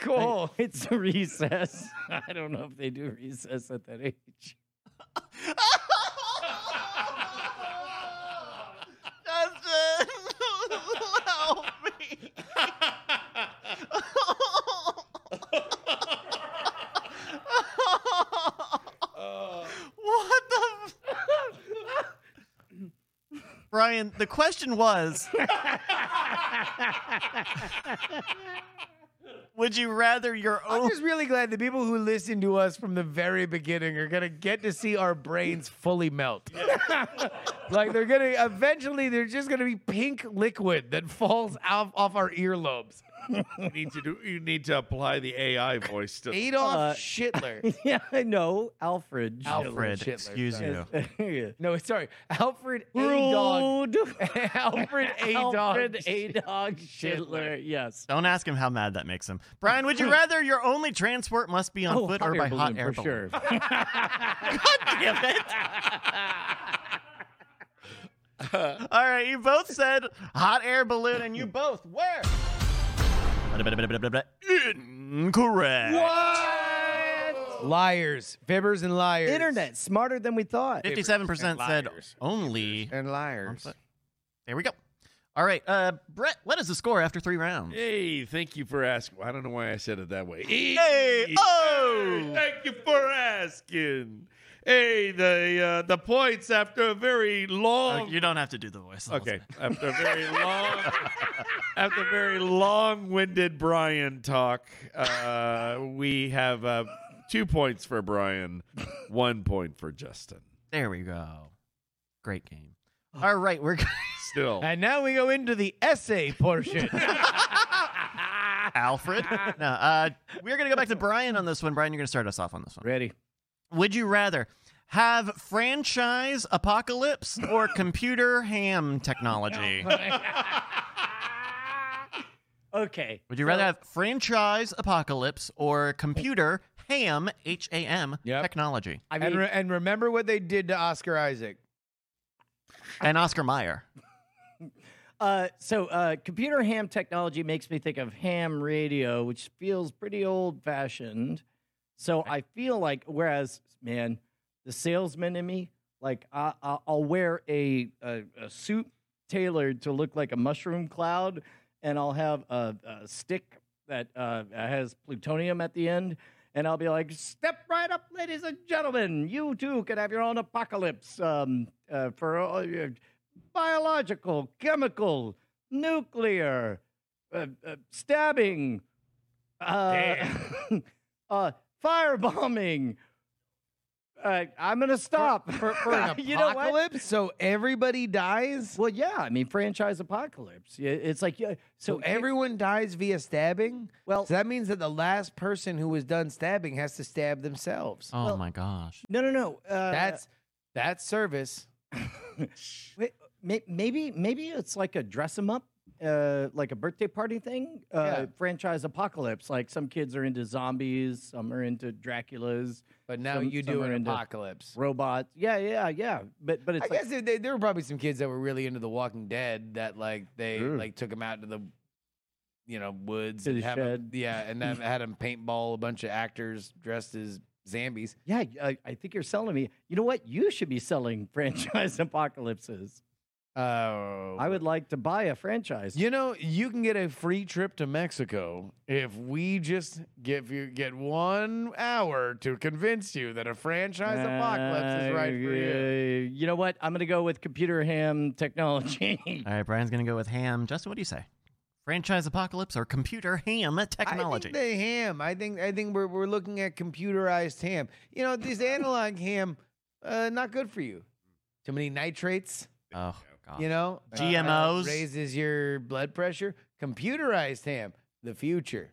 Speaker 3: Cool.
Speaker 2: (laughs) It's a recess. (laughs) I don't know if they do recess at that age. (laughs)
Speaker 6: Dustin, help me. what the? f- Brian, the question was Would you rather your
Speaker 3: I'm
Speaker 2: Oh.
Speaker 6: own. (laughs)
Speaker 3: just really glad the people who listen to us from the very beginning are gonna get to see our brains fully melt. (laughs) like they're gonna eventually they're just gonna be pink liquid that falls off off our earlobes.
Speaker 1: You need to do. You need to apply the AI voice to.
Speaker 3: Adolf
Speaker 2: Uh, (laughs)
Speaker 3: Schittler.
Speaker 2: yeah, I know. Alfred.
Speaker 6: Alfred,
Speaker 3: Schittler,
Speaker 6: excuse
Speaker 3: sorry.
Speaker 6: you.
Speaker 2: (laughs)
Speaker 3: No, sorry. Alfred A. Dog. (laughs)
Speaker 2: Rude.
Speaker 3: Alfred A. Dog.
Speaker 2: (laughs) Alfred A. Dog Schindler. Yes.
Speaker 6: Don't ask him how mad that makes him. Brian, would you rather your only transport must be on foot
Speaker 2: hot
Speaker 6: or
Speaker 2: air
Speaker 6: by hot
Speaker 2: Oh, balloon,
Speaker 6: air
Speaker 2: for sure.
Speaker 6: balloon? Damn it. All right, you both said hot air balloon, and you both were. Incorrect.
Speaker 3: Liars. Fibbers and liars.
Speaker 7: Internet smarter than we thought.
Speaker 6: 57% said
Speaker 10: Liars.
Speaker 6: only.
Speaker 3: And liars.
Speaker 6: There we go. All right, uh, Brett, what is the score after three rounds?
Speaker 1: Hey, thank you for asking. I don't know why I said it that way.
Speaker 6: Hey, oh!
Speaker 1: thank you for asking. Hey, the uh, the points after a very
Speaker 6: Oh,
Speaker 1: long.
Speaker 6: you don't have to do the voice.
Speaker 1: okay, after a very long,
Speaker 6: (laughs)
Speaker 1: after a very long-winded Brian talk, uh, we have uh, two points for Brian, one point for Justin.
Speaker 6: There we go. Great game. All right, we're (laughs)
Speaker 1: Still,
Speaker 3: And now we go into the essay
Speaker 2: (laughs)
Speaker 3: portion.
Speaker 6: Alfred. No, uh, we're gonna go back to Brian on this one. Brian, you're gonna start us off on this one.
Speaker 2: Ready.
Speaker 6: Would you rather have franchise apocalypse or computer ham (laughs) technology?
Speaker 2: Okay.
Speaker 6: Would you rather have franchise apocalypse or computer ham H A M
Speaker 3: Yep.
Speaker 6: technology?
Speaker 2: I mean,
Speaker 3: and, re- and remember what they did to Oscar Isaac.
Speaker 6: And Oscar Meyer.
Speaker 2: Uh, so uh, computer ham technology makes me think of ham radio, which feels pretty old fashioned. So I feel like, whereas, man, the salesman in me, like I, I, I'll wear a, a, a suit tailored to look like a mushroom cloud, and I'll have a, a stick that uh, has plutonium at the end. And I'll be like, step right up, ladies and gentlemen. You too can have your own apocalypse um, uh, for all your biological, chemical, nuclear, uh, uh, stabbing, uh, (laughs) uh, firebombing. Uh, I'm gonna stop for, for (laughs)
Speaker 3: An apocalypse, so everybody dies.
Speaker 2: Well, yeah, I mean franchise apocalypse. Yeah, It's like yeah, so
Speaker 3: So everyone dies via stabbing.
Speaker 2: well,
Speaker 3: So that means that the last person who was done stabbing has to stab themselves.
Speaker 6: Oh
Speaker 2: Well-
Speaker 6: my gosh.
Speaker 2: no, no, no. Uh,
Speaker 3: That's that's service.
Speaker 2: may- maybe maybe it's like a dress 'em up, uh, like a birthday party thing. Uh,
Speaker 3: Yeah.
Speaker 2: Franchise apocalypse. Like some kids are into zombies, some are into Draculas.
Speaker 3: But now
Speaker 2: Some-
Speaker 3: you
Speaker 2: some
Speaker 3: do
Speaker 2: are
Speaker 3: an
Speaker 2: into-
Speaker 3: apocalypse.
Speaker 2: robots. Yeah, yeah, yeah. But but it's
Speaker 3: I
Speaker 2: like,
Speaker 3: guess there- there there were probably some kids that were really into The Walking Dead that like they
Speaker 2: Sure.
Speaker 3: like took them out to the you know woods
Speaker 2: To
Speaker 3: and
Speaker 2: the
Speaker 3: have 'em-
Speaker 2: shed.
Speaker 3: (laughs) yeah, and then had them paintball a bunch of actors dressed as zombies.
Speaker 2: yeah, I, I think you're selling me. You know what? You should be selling (laughs) franchise apocalypses.
Speaker 3: Oh,
Speaker 2: I would like to buy a franchise.
Speaker 3: You know, you can get a free trip to Mexico if we just give you get one hour to convince you that a franchise apocalypse is right for you.
Speaker 2: Uh, You know what? I'm gonna go with computer ham technology. (laughs)
Speaker 6: All right, Brian's gonna go with ham. Justin, what do you say? Franchise apocalypse or computer ham technology?
Speaker 3: I think the ham. I think I think we're we're looking at computerized ham. You know, this analog ham, uh, not good for you. Too many nitrates.
Speaker 6: oh god.
Speaker 2: Ah.
Speaker 3: You know, uh,
Speaker 6: GMOs.
Speaker 3: raises your blood pressure. Computerized ham, the future.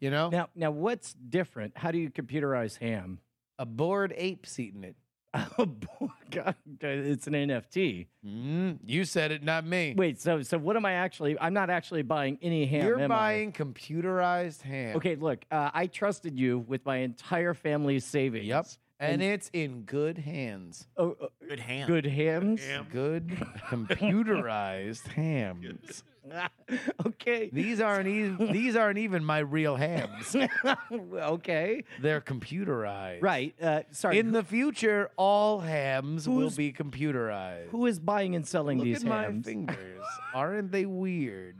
Speaker 3: You know,
Speaker 2: Now, now, what's different? How do you computerize ham?
Speaker 3: a bored ape's eating it.
Speaker 2: (laughs) Oh, boy, God, it's an
Speaker 3: (laughs)
Speaker 2: NFT.
Speaker 3: Mm, you said it, not me.
Speaker 2: Wait, so so what am I actually? I'm not actually buying any ham.
Speaker 3: You're
Speaker 2: am I?
Speaker 3: buying computerized ham.
Speaker 2: Okay, look, uh, I trusted you with my entire family's savings.
Speaker 3: Yep. And it's in good hands.
Speaker 2: Oh, uh,
Speaker 6: Good hand.
Speaker 2: good hams.
Speaker 3: Good
Speaker 2: (laughs)
Speaker 3: computerized hams.
Speaker 2: okay.
Speaker 3: These aren't even these aren't even my
Speaker 2: (laughs)
Speaker 3: real hams.
Speaker 2: okay.
Speaker 3: They're computerized.
Speaker 2: Right. Uh, sorry.
Speaker 3: In the future, all hams will
Speaker 2: Who's-
Speaker 3: be computerized.
Speaker 2: who is buying and selling
Speaker 3: Look
Speaker 2: these
Speaker 3: at my
Speaker 2: hams?
Speaker 3: fingers. Aren't they weird?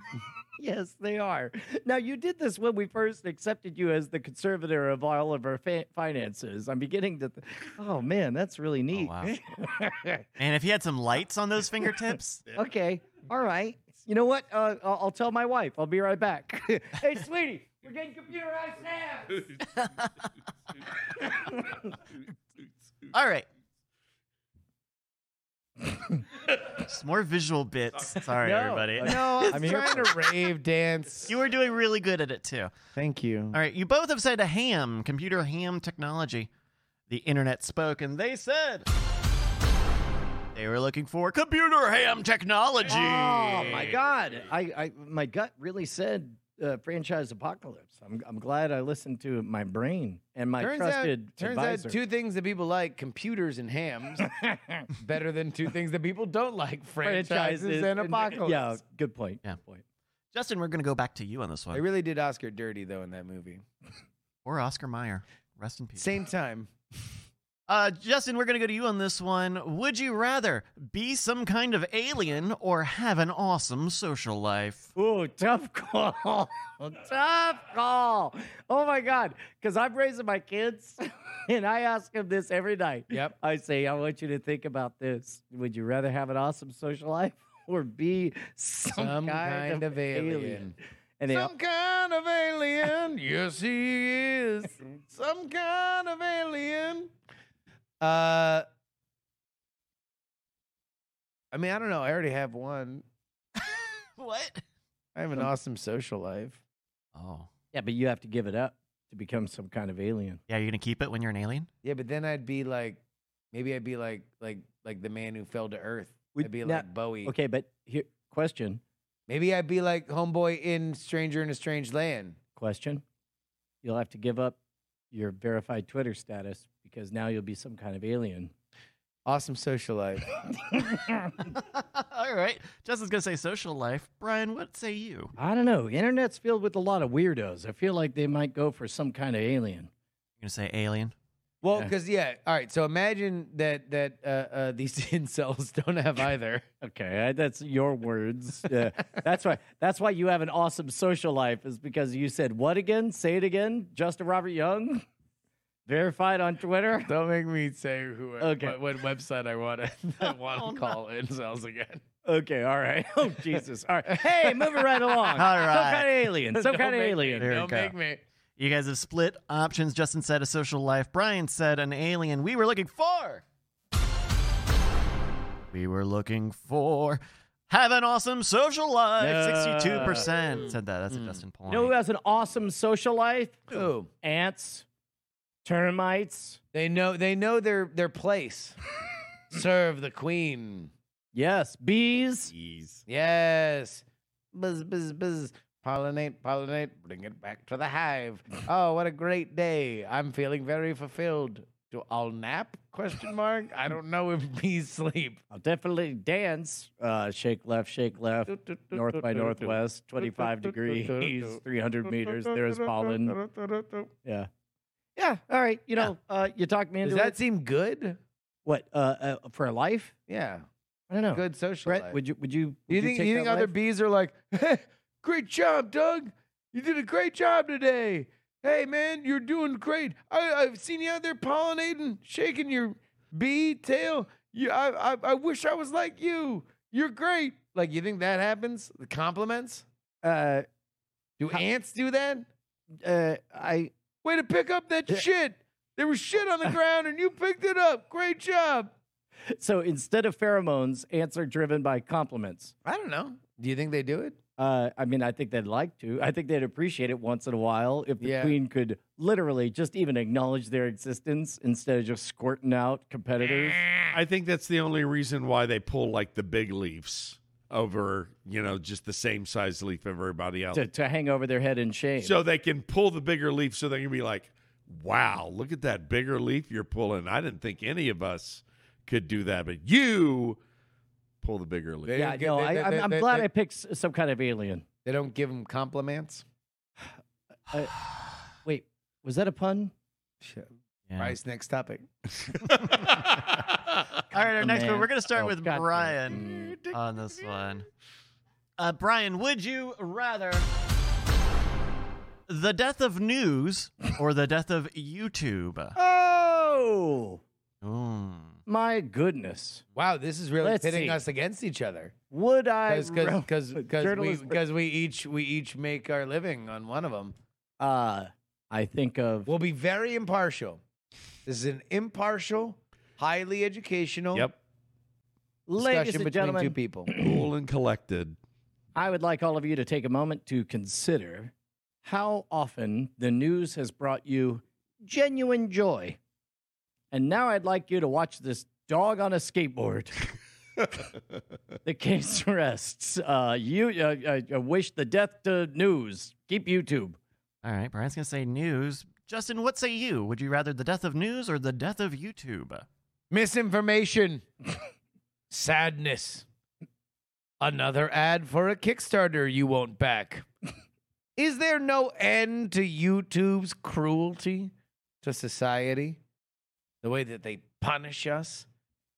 Speaker 2: Yes, they are. Now, you did this when we first accepted you as the conservator of all of our fa- finances. I'm beginning to. Th- oh, man, that's really
Speaker 6: Oh,
Speaker 2: neat.
Speaker 3: (laughs)
Speaker 6: wow. and if you had some lights on those fingertips,
Speaker 2: Okay. All right. You know what? Uh, I'll, I'll tell my wife. I'll be right back. (laughs) hey, sweetie, we're getting computerized hams.
Speaker 6: all
Speaker 3: (laughs)
Speaker 6: right. Just more visual bits.
Speaker 2: (laughs)
Speaker 6: Sorry,
Speaker 2: No,
Speaker 6: everybody.
Speaker 2: okay.
Speaker 3: No, I'm
Speaker 2: I'm here
Speaker 3: trying to rave dance.
Speaker 6: You were doing really good at it too.
Speaker 3: Thank you.
Speaker 6: All right, you both have said a ham, computer ham technology. The internet spoke and they said they were looking for computer ham technology.
Speaker 2: Oh my God! I, I my gut really said uh, franchise apocalypse. I'm, I'm glad I listened to my brain and my
Speaker 3: turns
Speaker 2: trusted
Speaker 3: out, turns
Speaker 2: advisor. (laughs)
Speaker 3: out two things that people like: computers and hams. better than two things that people don't like: (laughs) franchises, and apocalypse.
Speaker 2: Yeah, good point.
Speaker 6: Yeah.
Speaker 2: good point.
Speaker 6: Justin, we're going to go back to you on this
Speaker 3: They
Speaker 6: one.
Speaker 3: really did Oscar dirty though in that movie.
Speaker 6: or Oscar Meyer. Rest in peace.
Speaker 3: Same time.
Speaker 6: Uh, Justin, we're going to go to you on this one. Would you rather be some kind of alien or have an awesome
Speaker 2: (laughs)
Speaker 6: social life?
Speaker 2: Ooh, tough call. (laughs) tough call. Oh my God. Because I'm raising my kids (laughs) and I ask them this every night.
Speaker 3: Yep.
Speaker 2: I say, I want you to think about this. Would you rather have an awesome social life (laughs) or be some,
Speaker 3: Some
Speaker 2: kind,
Speaker 3: kind
Speaker 2: of,
Speaker 3: of
Speaker 2: alien?
Speaker 3: alien.
Speaker 2: And they all-
Speaker 3: Some kind of (laughs) alien. yes, he (laughs) is. Some kind of alien. Uh, I mean, I don't know. I already have one.
Speaker 6: What?
Speaker 3: I have an awesome social life.
Speaker 6: Oh.
Speaker 2: yeah, but you have to give it up to become some kind of alien.
Speaker 6: Yeah, you're going to keep it when you're
Speaker 2: (laughs)
Speaker 6: an alien? (laughs)
Speaker 3: Yeah, but then I'd be like, maybe I'd be like, like, like the man who fell to earth.
Speaker 2: Would-
Speaker 3: I'd be
Speaker 2: now-
Speaker 3: like Bowie.
Speaker 2: Okay, but here, question,
Speaker 3: Maybe I'd be like homeboy in Stranger in a Strange Land.
Speaker 2: question. You'll have to give up your verified Twitter status because now you'll be some kind of alien. (laughs)
Speaker 3: Awesome social (laughs) life.
Speaker 6: All right. Justin's going to say social life. Brian, what say you?
Speaker 2: I don't know. Internet's filled with a lot of weirdos. I feel like they might go for some kind of alien.
Speaker 6: You're going to say alien?
Speaker 3: Well,
Speaker 2: Yeah.
Speaker 3: because yeah, all right. So imagine that that uh, uh, these (laughs) incels don't have either.
Speaker 2: Okay, I, that's your words. (laughs) Yeah, that's why. That's why you have an awesome social life is because you said what again? Say it again. Justin Robert Young, verified on Twitter.
Speaker 3: Don't make me say who. uh,
Speaker 2: Okay.
Speaker 3: What, what website I want to (laughs) I want to call incels again.
Speaker 2: Okay, all right. (laughs) Oh Jesus! All right. Hey, moving right (laughs) along.
Speaker 6: All
Speaker 2: Some
Speaker 6: right.
Speaker 2: kind of alien. (laughs) Some
Speaker 3: Don't
Speaker 2: kind of
Speaker 3: make me-
Speaker 2: alien.
Speaker 6: There
Speaker 3: don't
Speaker 6: we go.
Speaker 3: make me.
Speaker 6: You guys have split options. Justin said a social life. Brian said an alien. We were looking for. We were looking for. Have an awesome social life. Sixty-two percent said that. That's a Justin point.
Speaker 2: You know who has an awesome social life?
Speaker 3: Ooh,
Speaker 2: Ants, termites.
Speaker 3: they know they know their their (laughs) place. Serve the queen.
Speaker 2: Yes, bees.
Speaker 3: Yes. Buzz, buzz, buzz. Pollinate, pollinate. Bring it back to the hive. Oh, what a great day! I'm feeling very fulfilled. Do I'll nap? (laughs) Question mark. I don't know if (laughs) bees sleep.
Speaker 2: I'll definitely dance. Uh, shake left, shake left. North by northwest, 25 degrees, (laughs) 300 meters. There's pollen. Yeah. Yeah. All right. You know, uh, you talked me
Speaker 3: Does
Speaker 2: into
Speaker 3: that
Speaker 2: it.
Speaker 3: seem good?
Speaker 2: What uh, uh, for a life?
Speaker 3: Yeah,
Speaker 2: I don't know.
Speaker 3: good social
Speaker 2: Brett,
Speaker 3: life.
Speaker 2: would you? Would you?
Speaker 3: Do you
Speaker 2: would
Speaker 3: think
Speaker 2: take
Speaker 3: you think
Speaker 2: that
Speaker 3: other
Speaker 2: life?
Speaker 3: bees are like, (laughs) "Hey, great job, Doug. You did a great job today. Hey, man, you're doing great. I, I've seen you out there pollinating, shaking your bee tail. You, I, I, I wish I was like you. You're great. Like, you think that happens? The compliments?
Speaker 2: Uh,
Speaker 3: Do ants do that?
Speaker 2: uh, I.
Speaker 3: Way to pick up that shit. There was shit on the ground and you picked it up. Great job.
Speaker 2: Uh, So instead of pheromones, ants are driven by compliments.
Speaker 3: I don't know. Do you think they do it?
Speaker 2: Uh, I mean, I think they'd like to. I think they'd appreciate it once in a while if the
Speaker 3: Yeah.
Speaker 2: queen could literally just even acknowledge their existence instead of just squirting out competitors.
Speaker 1: I think that's the only reason why they pull like the big leaves over, you know, just the same size leaf of everybody
Speaker 3: Oh.
Speaker 1: else.
Speaker 2: to, to hang over their head in shame.
Speaker 1: So they can pull the bigger leaf so they can be like, wow, look at that bigger leaf you're pulling. I didn't think any of us could do that, but you pull the bigger leaf.
Speaker 3: They
Speaker 2: yeah,
Speaker 3: don't get-
Speaker 2: no,
Speaker 3: they-
Speaker 2: I,
Speaker 3: they-
Speaker 2: I'm,
Speaker 3: they-
Speaker 2: I'm
Speaker 3: they-
Speaker 2: glad
Speaker 3: they-
Speaker 2: I picked s- some kind of alien.
Speaker 3: They don't give them compliments.
Speaker 2: Wait, was that a pun?
Speaker 3: Hmm.
Speaker 6: Yeah.
Speaker 3: Bryce, next topic.
Speaker 6: All right, our next one. We're going to start
Speaker 2: Oh,
Speaker 6: with
Speaker 2: God damn it. (laughs)
Speaker 6: Brian on this one. Uh, Brian, would you rather the death of news or the death of YouTube?
Speaker 2: Oh
Speaker 6: Mm.
Speaker 2: my goodness!
Speaker 3: Wow, this is really
Speaker 2: Let's
Speaker 3: pitting
Speaker 2: see.
Speaker 3: us against each other.
Speaker 2: Would I? (laughs) ra-
Speaker 3: Because we,
Speaker 2: Journalist-
Speaker 3: 'cause we each we each make our living on one of them.
Speaker 2: uh, I think of
Speaker 3: We'll be very impartial. This is an impartial, highly educational
Speaker 2: (clears throat)
Speaker 1: Yep.
Speaker 2: ladies and
Speaker 3: discussion between two
Speaker 2: gentlemen.
Speaker 3: people. (coughs)
Speaker 1: Cool and collected.
Speaker 2: I would like all of you to take a moment to consider how often the news has brought you genuine joy. And now I'd like you to watch this dog on a skateboard. the case rests. Uh, you uh, uh, uh, wish the death to news. Keep YouTube.
Speaker 6: All right, Brian's going to say news. Justin, what say you? Would you rather the death of news or the death of YouTube?
Speaker 3: Misinformation. Sadness. Another ad for a Kickstarter you won't back. Is there no end to YouTube's cruelty to society? The way that they punish us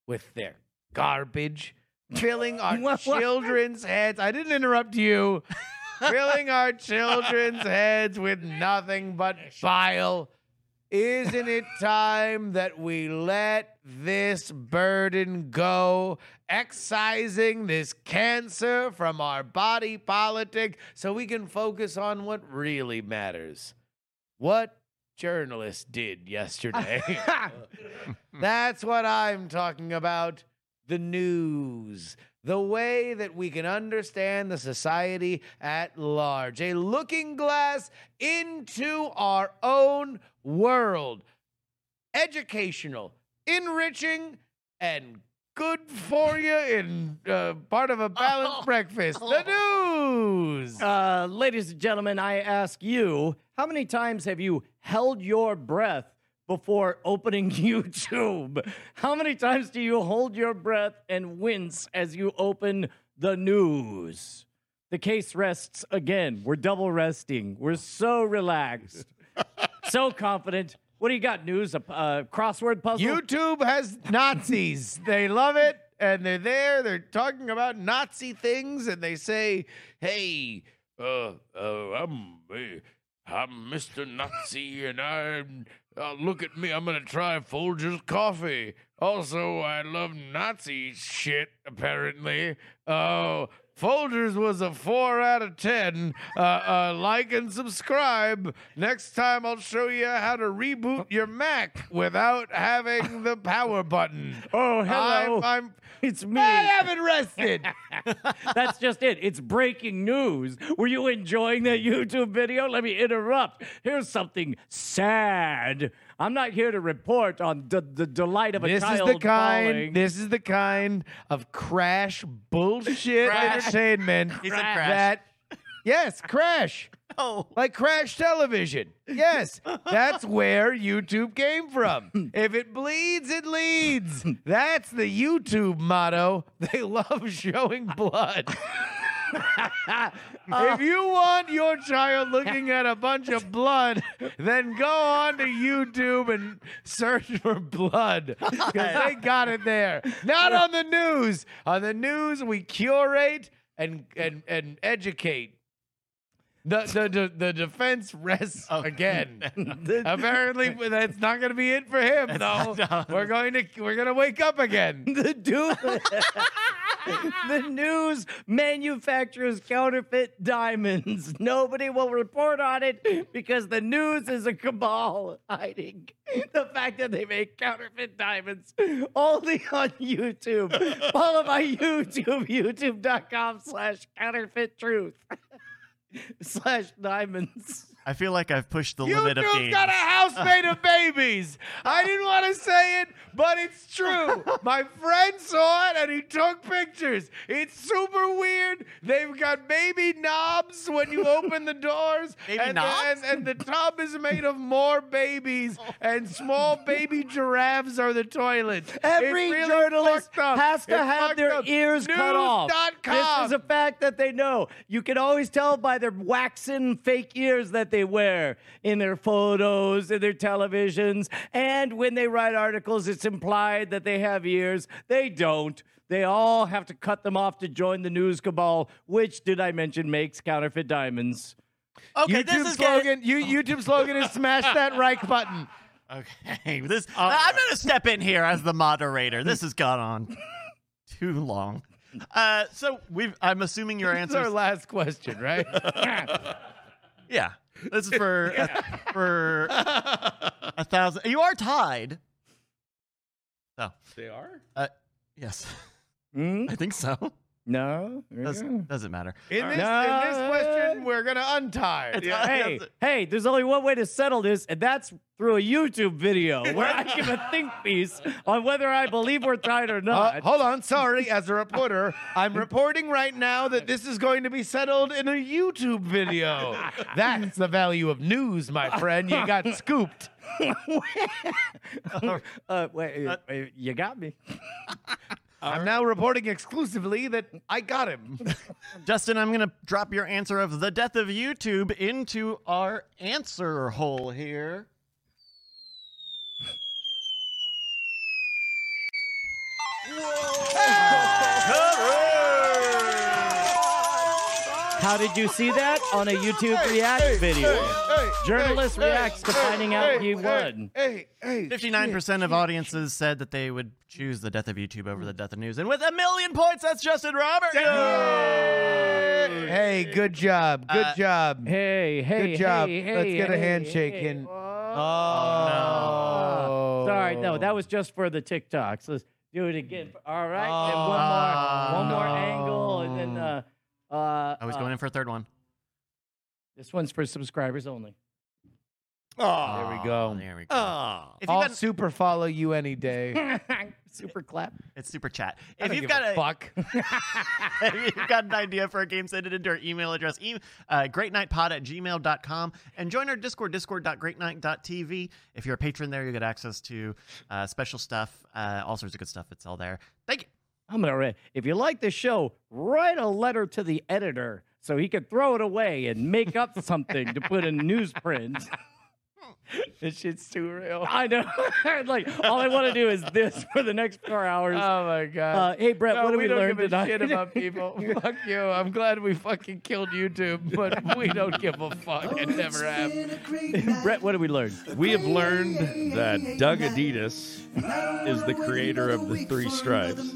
Speaker 3: with their garbage, filling our
Speaker 2: What?
Speaker 3: children's heads. I didn't interrupt you. filling our children's heads with nothing but bile. Isn't it time that we let this burden go, excising this cancer from our body politic so we can focus on what really matters? What journalists did yesterday. That's what I'm talking about. The news, the way that we can understand the society at large, a looking glass into our own world. Educational, enriching, and good for you in uh, part of a balanced breakfast. The news.
Speaker 2: Uh, ladies and gentlemen, I ask you, how many times have you held your breath before opening (laughs) YouTube? How many times do you hold your breath and wince as you open the news? The case rests again. We're double resting. We're so relaxed, so confident. What do you got? News? A uh, crossword puzzle?
Speaker 3: YouTube has Nazis. they love it, and they're there. They're talking about Nazi things, and they say, "Hey,
Speaker 8: Uh, uh, I'm, eh, I'm Mr. Nazi, and I'm. Uh, look at me, I'm gonna try Folger's coffee. Also, I love Nazi shit, apparently. Oh, Folger's was a 4 out of 10. Uh, uh, like and subscribe. Next time, I'll show you how to reboot your Mac without having the power button.
Speaker 2: Oh, hello.
Speaker 8: I'm. I'm
Speaker 2: (laughs) it's me.
Speaker 3: I haven't rested."
Speaker 2: That's just it. It's breaking news. Were you enjoying that YouTube video? Let me interrupt. Here's something sad. I'm not here to report on the, the delight of a
Speaker 3: this is
Speaker 2: child
Speaker 3: the kind.
Speaker 2: falling.
Speaker 3: This is the kind of crash bullshit
Speaker 6: Crash.
Speaker 3: entertainment.
Speaker 6: He said crash.
Speaker 3: That, yes, crash.
Speaker 6: Oh,
Speaker 3: like crash television. Yes, that's where YouTube came from. If it bleeds, it leads. That's the YouTube motto. They love showing blood. if you want your child looking at a bunch of blood, then go on to YouTube and search for blood because they got it there. Not on the news. On the news, we curate and and and educate. The the the, the defense rests again. Apparently, that's not going to be it for him. Though
Speaker 6: no.
Speaker 2: (laughs)
Speaker 3: we're going to we're going to wake up again.
Speaker 2: the dude. the news manufactures counterfeit diamonds. Nobody will report on it because the news is a cabal hiding the fact that they make counterfeit diamonds only on YouTube. Follow my YouTube, youtube.com slash counterfeit truth (laughs) slash diamonds.
Speaker 6: I feel like I've pushed the limit of
Speaker 3: YouTube's
Speaker 6: games.
Speaker 3: got a house made of babies. I didn't want to say it, but
Speaker 2: (laughs)
Speaker 3: it's true. My friend saw it and he took pictures. It's super weird. They've got baby knobs when you open
Speaker 2: (laughs)
Speaker 3: the doors.
Speaker 6: Baby
Speaker 3: and,
Speaker 6: knobs?
Speaker 3: The, and, and the tub is made of
Speaker 2: (laughs)
Speaker 3: more babies, and small baby giraffes are the toilets. It's
Speaker 2: Every
Speaker 3: really
Speaker 2: journalist
Speaker 3: fucked up.
Speaker 2: has to
Speaker 3: It's
Speaker 2: have
Speaker 3: fucked
Speaker 2: their
Speaker 3: up.
Speaker 2: ears cut off.
Speaker 3: News.com.
Speaker 2: This is a fact that they know. You can always tell by their waxen fake ears that they wear in their photos, in their televisions, and when they write articles, it's implied that they have ears. They don't. They all have to cut them off to join the news cabal, which, did I mention, makes counterfeit diamonds.
Speaker 6: okay,
Speaker 3: YouTube
Speaker 6: this is getting-
Speaker 3: slogan. You, YouTube slogan is smash (laughs) that Reich button.
Speaker 6: Okay, (laughs) this I'm gonna step in here as the moderator. This has gone on too long. Uh, so we've. I'm assuming your
Speaker 3: This is our
Speaker 6: answer.
Speaker 3: last question, right?
Speaker 6: Yeah, this is for a, for a thousand. You are tied. So
Speaker 10: They are?
Speaker 6: yes,
Speaker 2: (laughs) Hmm?
Speaker 6: I think so.
Speaker 2: No?
Speaker 6: Does,
Speaker 2: Yeah.
Speaker 6: doesn't matter.
Speaker 3: In this, in this
Speaker 2: No.
Speaker 3: question, we're gonna untie.
Speaker 2: (laughs)
Speaker 6: It's-
Speaker 2: hey, hey, there's only one way to settle this, and that's through a YouTube
Speaker 3: (laughs)
Speaker 2: video where I give a think piece on whether I believe we're tied or
Speaker 3: Uh,
Speaker 2: not.
Speaker 3: hold on, sorry. As a reporter, I'm reporting right now that this is going to be settled in a YouTube video. (laughs) That's the value of news, my friend. You (laughs) got scooped.
Speaker 2: uh, wait, wait, you got me.
Speaker 3: I'm now reporting exclusively that I got him. (laughs)
Speaker 6: Justin, I'm gonna drop your answer of the death of YouTube into our answer hole here.
Speaker 2: How did you see that on a YouTube React video? Journalist reacts to finding out he won.
Speaker 3: Hey, hey.
Speaker 6: 59% of audiences said that they would choose the death of YouTube over the death of news. And with a million points, that's Justin Roberts.
Speaker 3: Hey, good job. Good
Speaker 6: Uh,
Speaker 3: job.
Speaker 2: Hey, hey,
Speaker 3: Good job.
Speaker 2: hey,
Speaker 3: Let's
Speaker 2: hey,
Speaker 3: get a
Speaker 2: hey,
Speaker 3: handshake
Speaker 2: hey.
Speaker 3: in.
Speaker 2: Oh. Sorry, no, that was just for the TikToks. Let's do it again. All right, and
Speaker 3: Ah.
Speaker 2: one more, one more angle, and then uh, uh,
Speaker 6: I was
Speaker 2: uh,
Speaker 6: Oh, going in for a third one.
Speaker 2: This one's for subscribers
Speaker 3: (laughs)
Speaker 2: only.
Speaker 6: there
Speaker 3: we go.
Speaker 6: There we go. If
Speaker 3: I'll
Speaker 6: you've got,
Speaker 3: super follow you any day.
Speaker 2: (laughs) Super clap.
Speaker 6: it's super chat.
Speaker 3: I
Speaker 6: If
Speaker 3: don't
Speaker 6: you've
Speaker 3: give
Speaker 6: got a,
Speaker 3: fuck. (laughs)
Speaker 6: if (laughs) you've got an idea for a game, send it into our email address, e- uh, greatnightpod at gmail.com, and join our Discord, discord.greatnight.tv. If you're a patron there, you get access to uh, special stuff, uh, all sorts of good stuff. It's all there. Thank you.
Speaker 2: I'm gonna write. If you like the show, write a letter to the editor so he can throw it away and make up something to put in newsprint. (laughs)
Speaker 3: this shit's too real.
Speaker 6: (laughs)
Speaker 2: I know. (laughs) like all I want to do is this (laughs) for the next four hours.
Speaker 3: Oh my god.
Speaker 2: Uh, hey Brett,
Speaker 3: No,
Speaker 2: what do we,
Speaker 3: don't
Speaker 2: learn
Speaker 3: give a
Speaker 2: tonight?
Speaker 3: shit
Speaker 2: (laughs)
Speaker 3: about people. fuck you. I'm glad we fucking killed YouTube, but we don't give a fuck. It never happened.
Speaker 2: Brett, what do we learn?
Speaker 1: We have learned that Doug Adidas is the creator of the Three Stripes.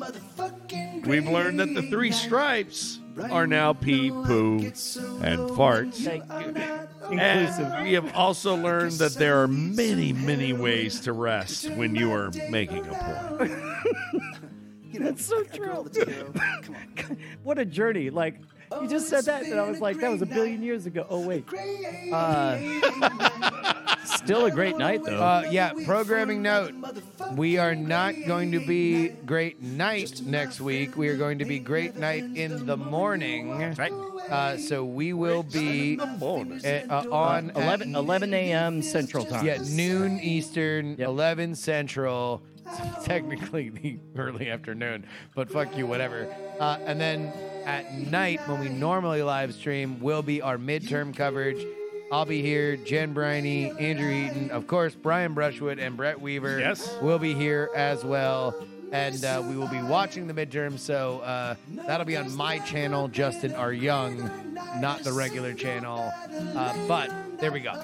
Speaker 1: We've learned that the Three Stripes are now pee, poo, and farts.
Speaker 2: Thank you.
Speaker 1: And we have also learned that there are many, many ways to rest when you are making a porn.
Speaker 2: (laughs) That's so true. (laughs) what a journey! Like you just said that, and I was like, that was Oh, a billion years ago. Oh wait. Uh, still a great night though.
Speaker 3: Uh, yeah, programming note. We are not going to be great night next week. We are going to be great night in the morning. That's
Speaker 6: right.
Speaker 3: Uh, so we will be uh, uh, on at
Speaker 2: 11, 11 a.m. Central Time.
Speaker 3: Yeah, noon Eastern,
Speaker 2: Yep.
Speaker 3: 11 Central. (laughs) Technically the early afternoon, but fuck you, whatever. Uh, and then at night, when we normally live stream, will be our midterm coverage. I'll be here, Jen Briney, Andrew Eaton, of course, Brian Brushwood, and Brett Weaver
Speaker 1: Yes.
Speaker 3: will be here as well. And uh, we will be watching the midterm, so uh, that'll be on my channel, Justin R. Young, not the regular channel. Uh, but there we go.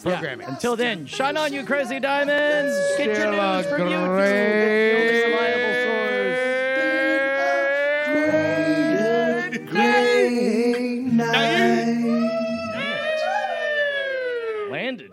Speaker 3: Programming.
Speaker 2: Until then, shine on, you crazy diamonds. Get your
Speaker 3: Still a
Speaker 2: news from YouTube.
Speaker 3: great
Speaker 2: Get your reliable source.
Speaker 11: landed.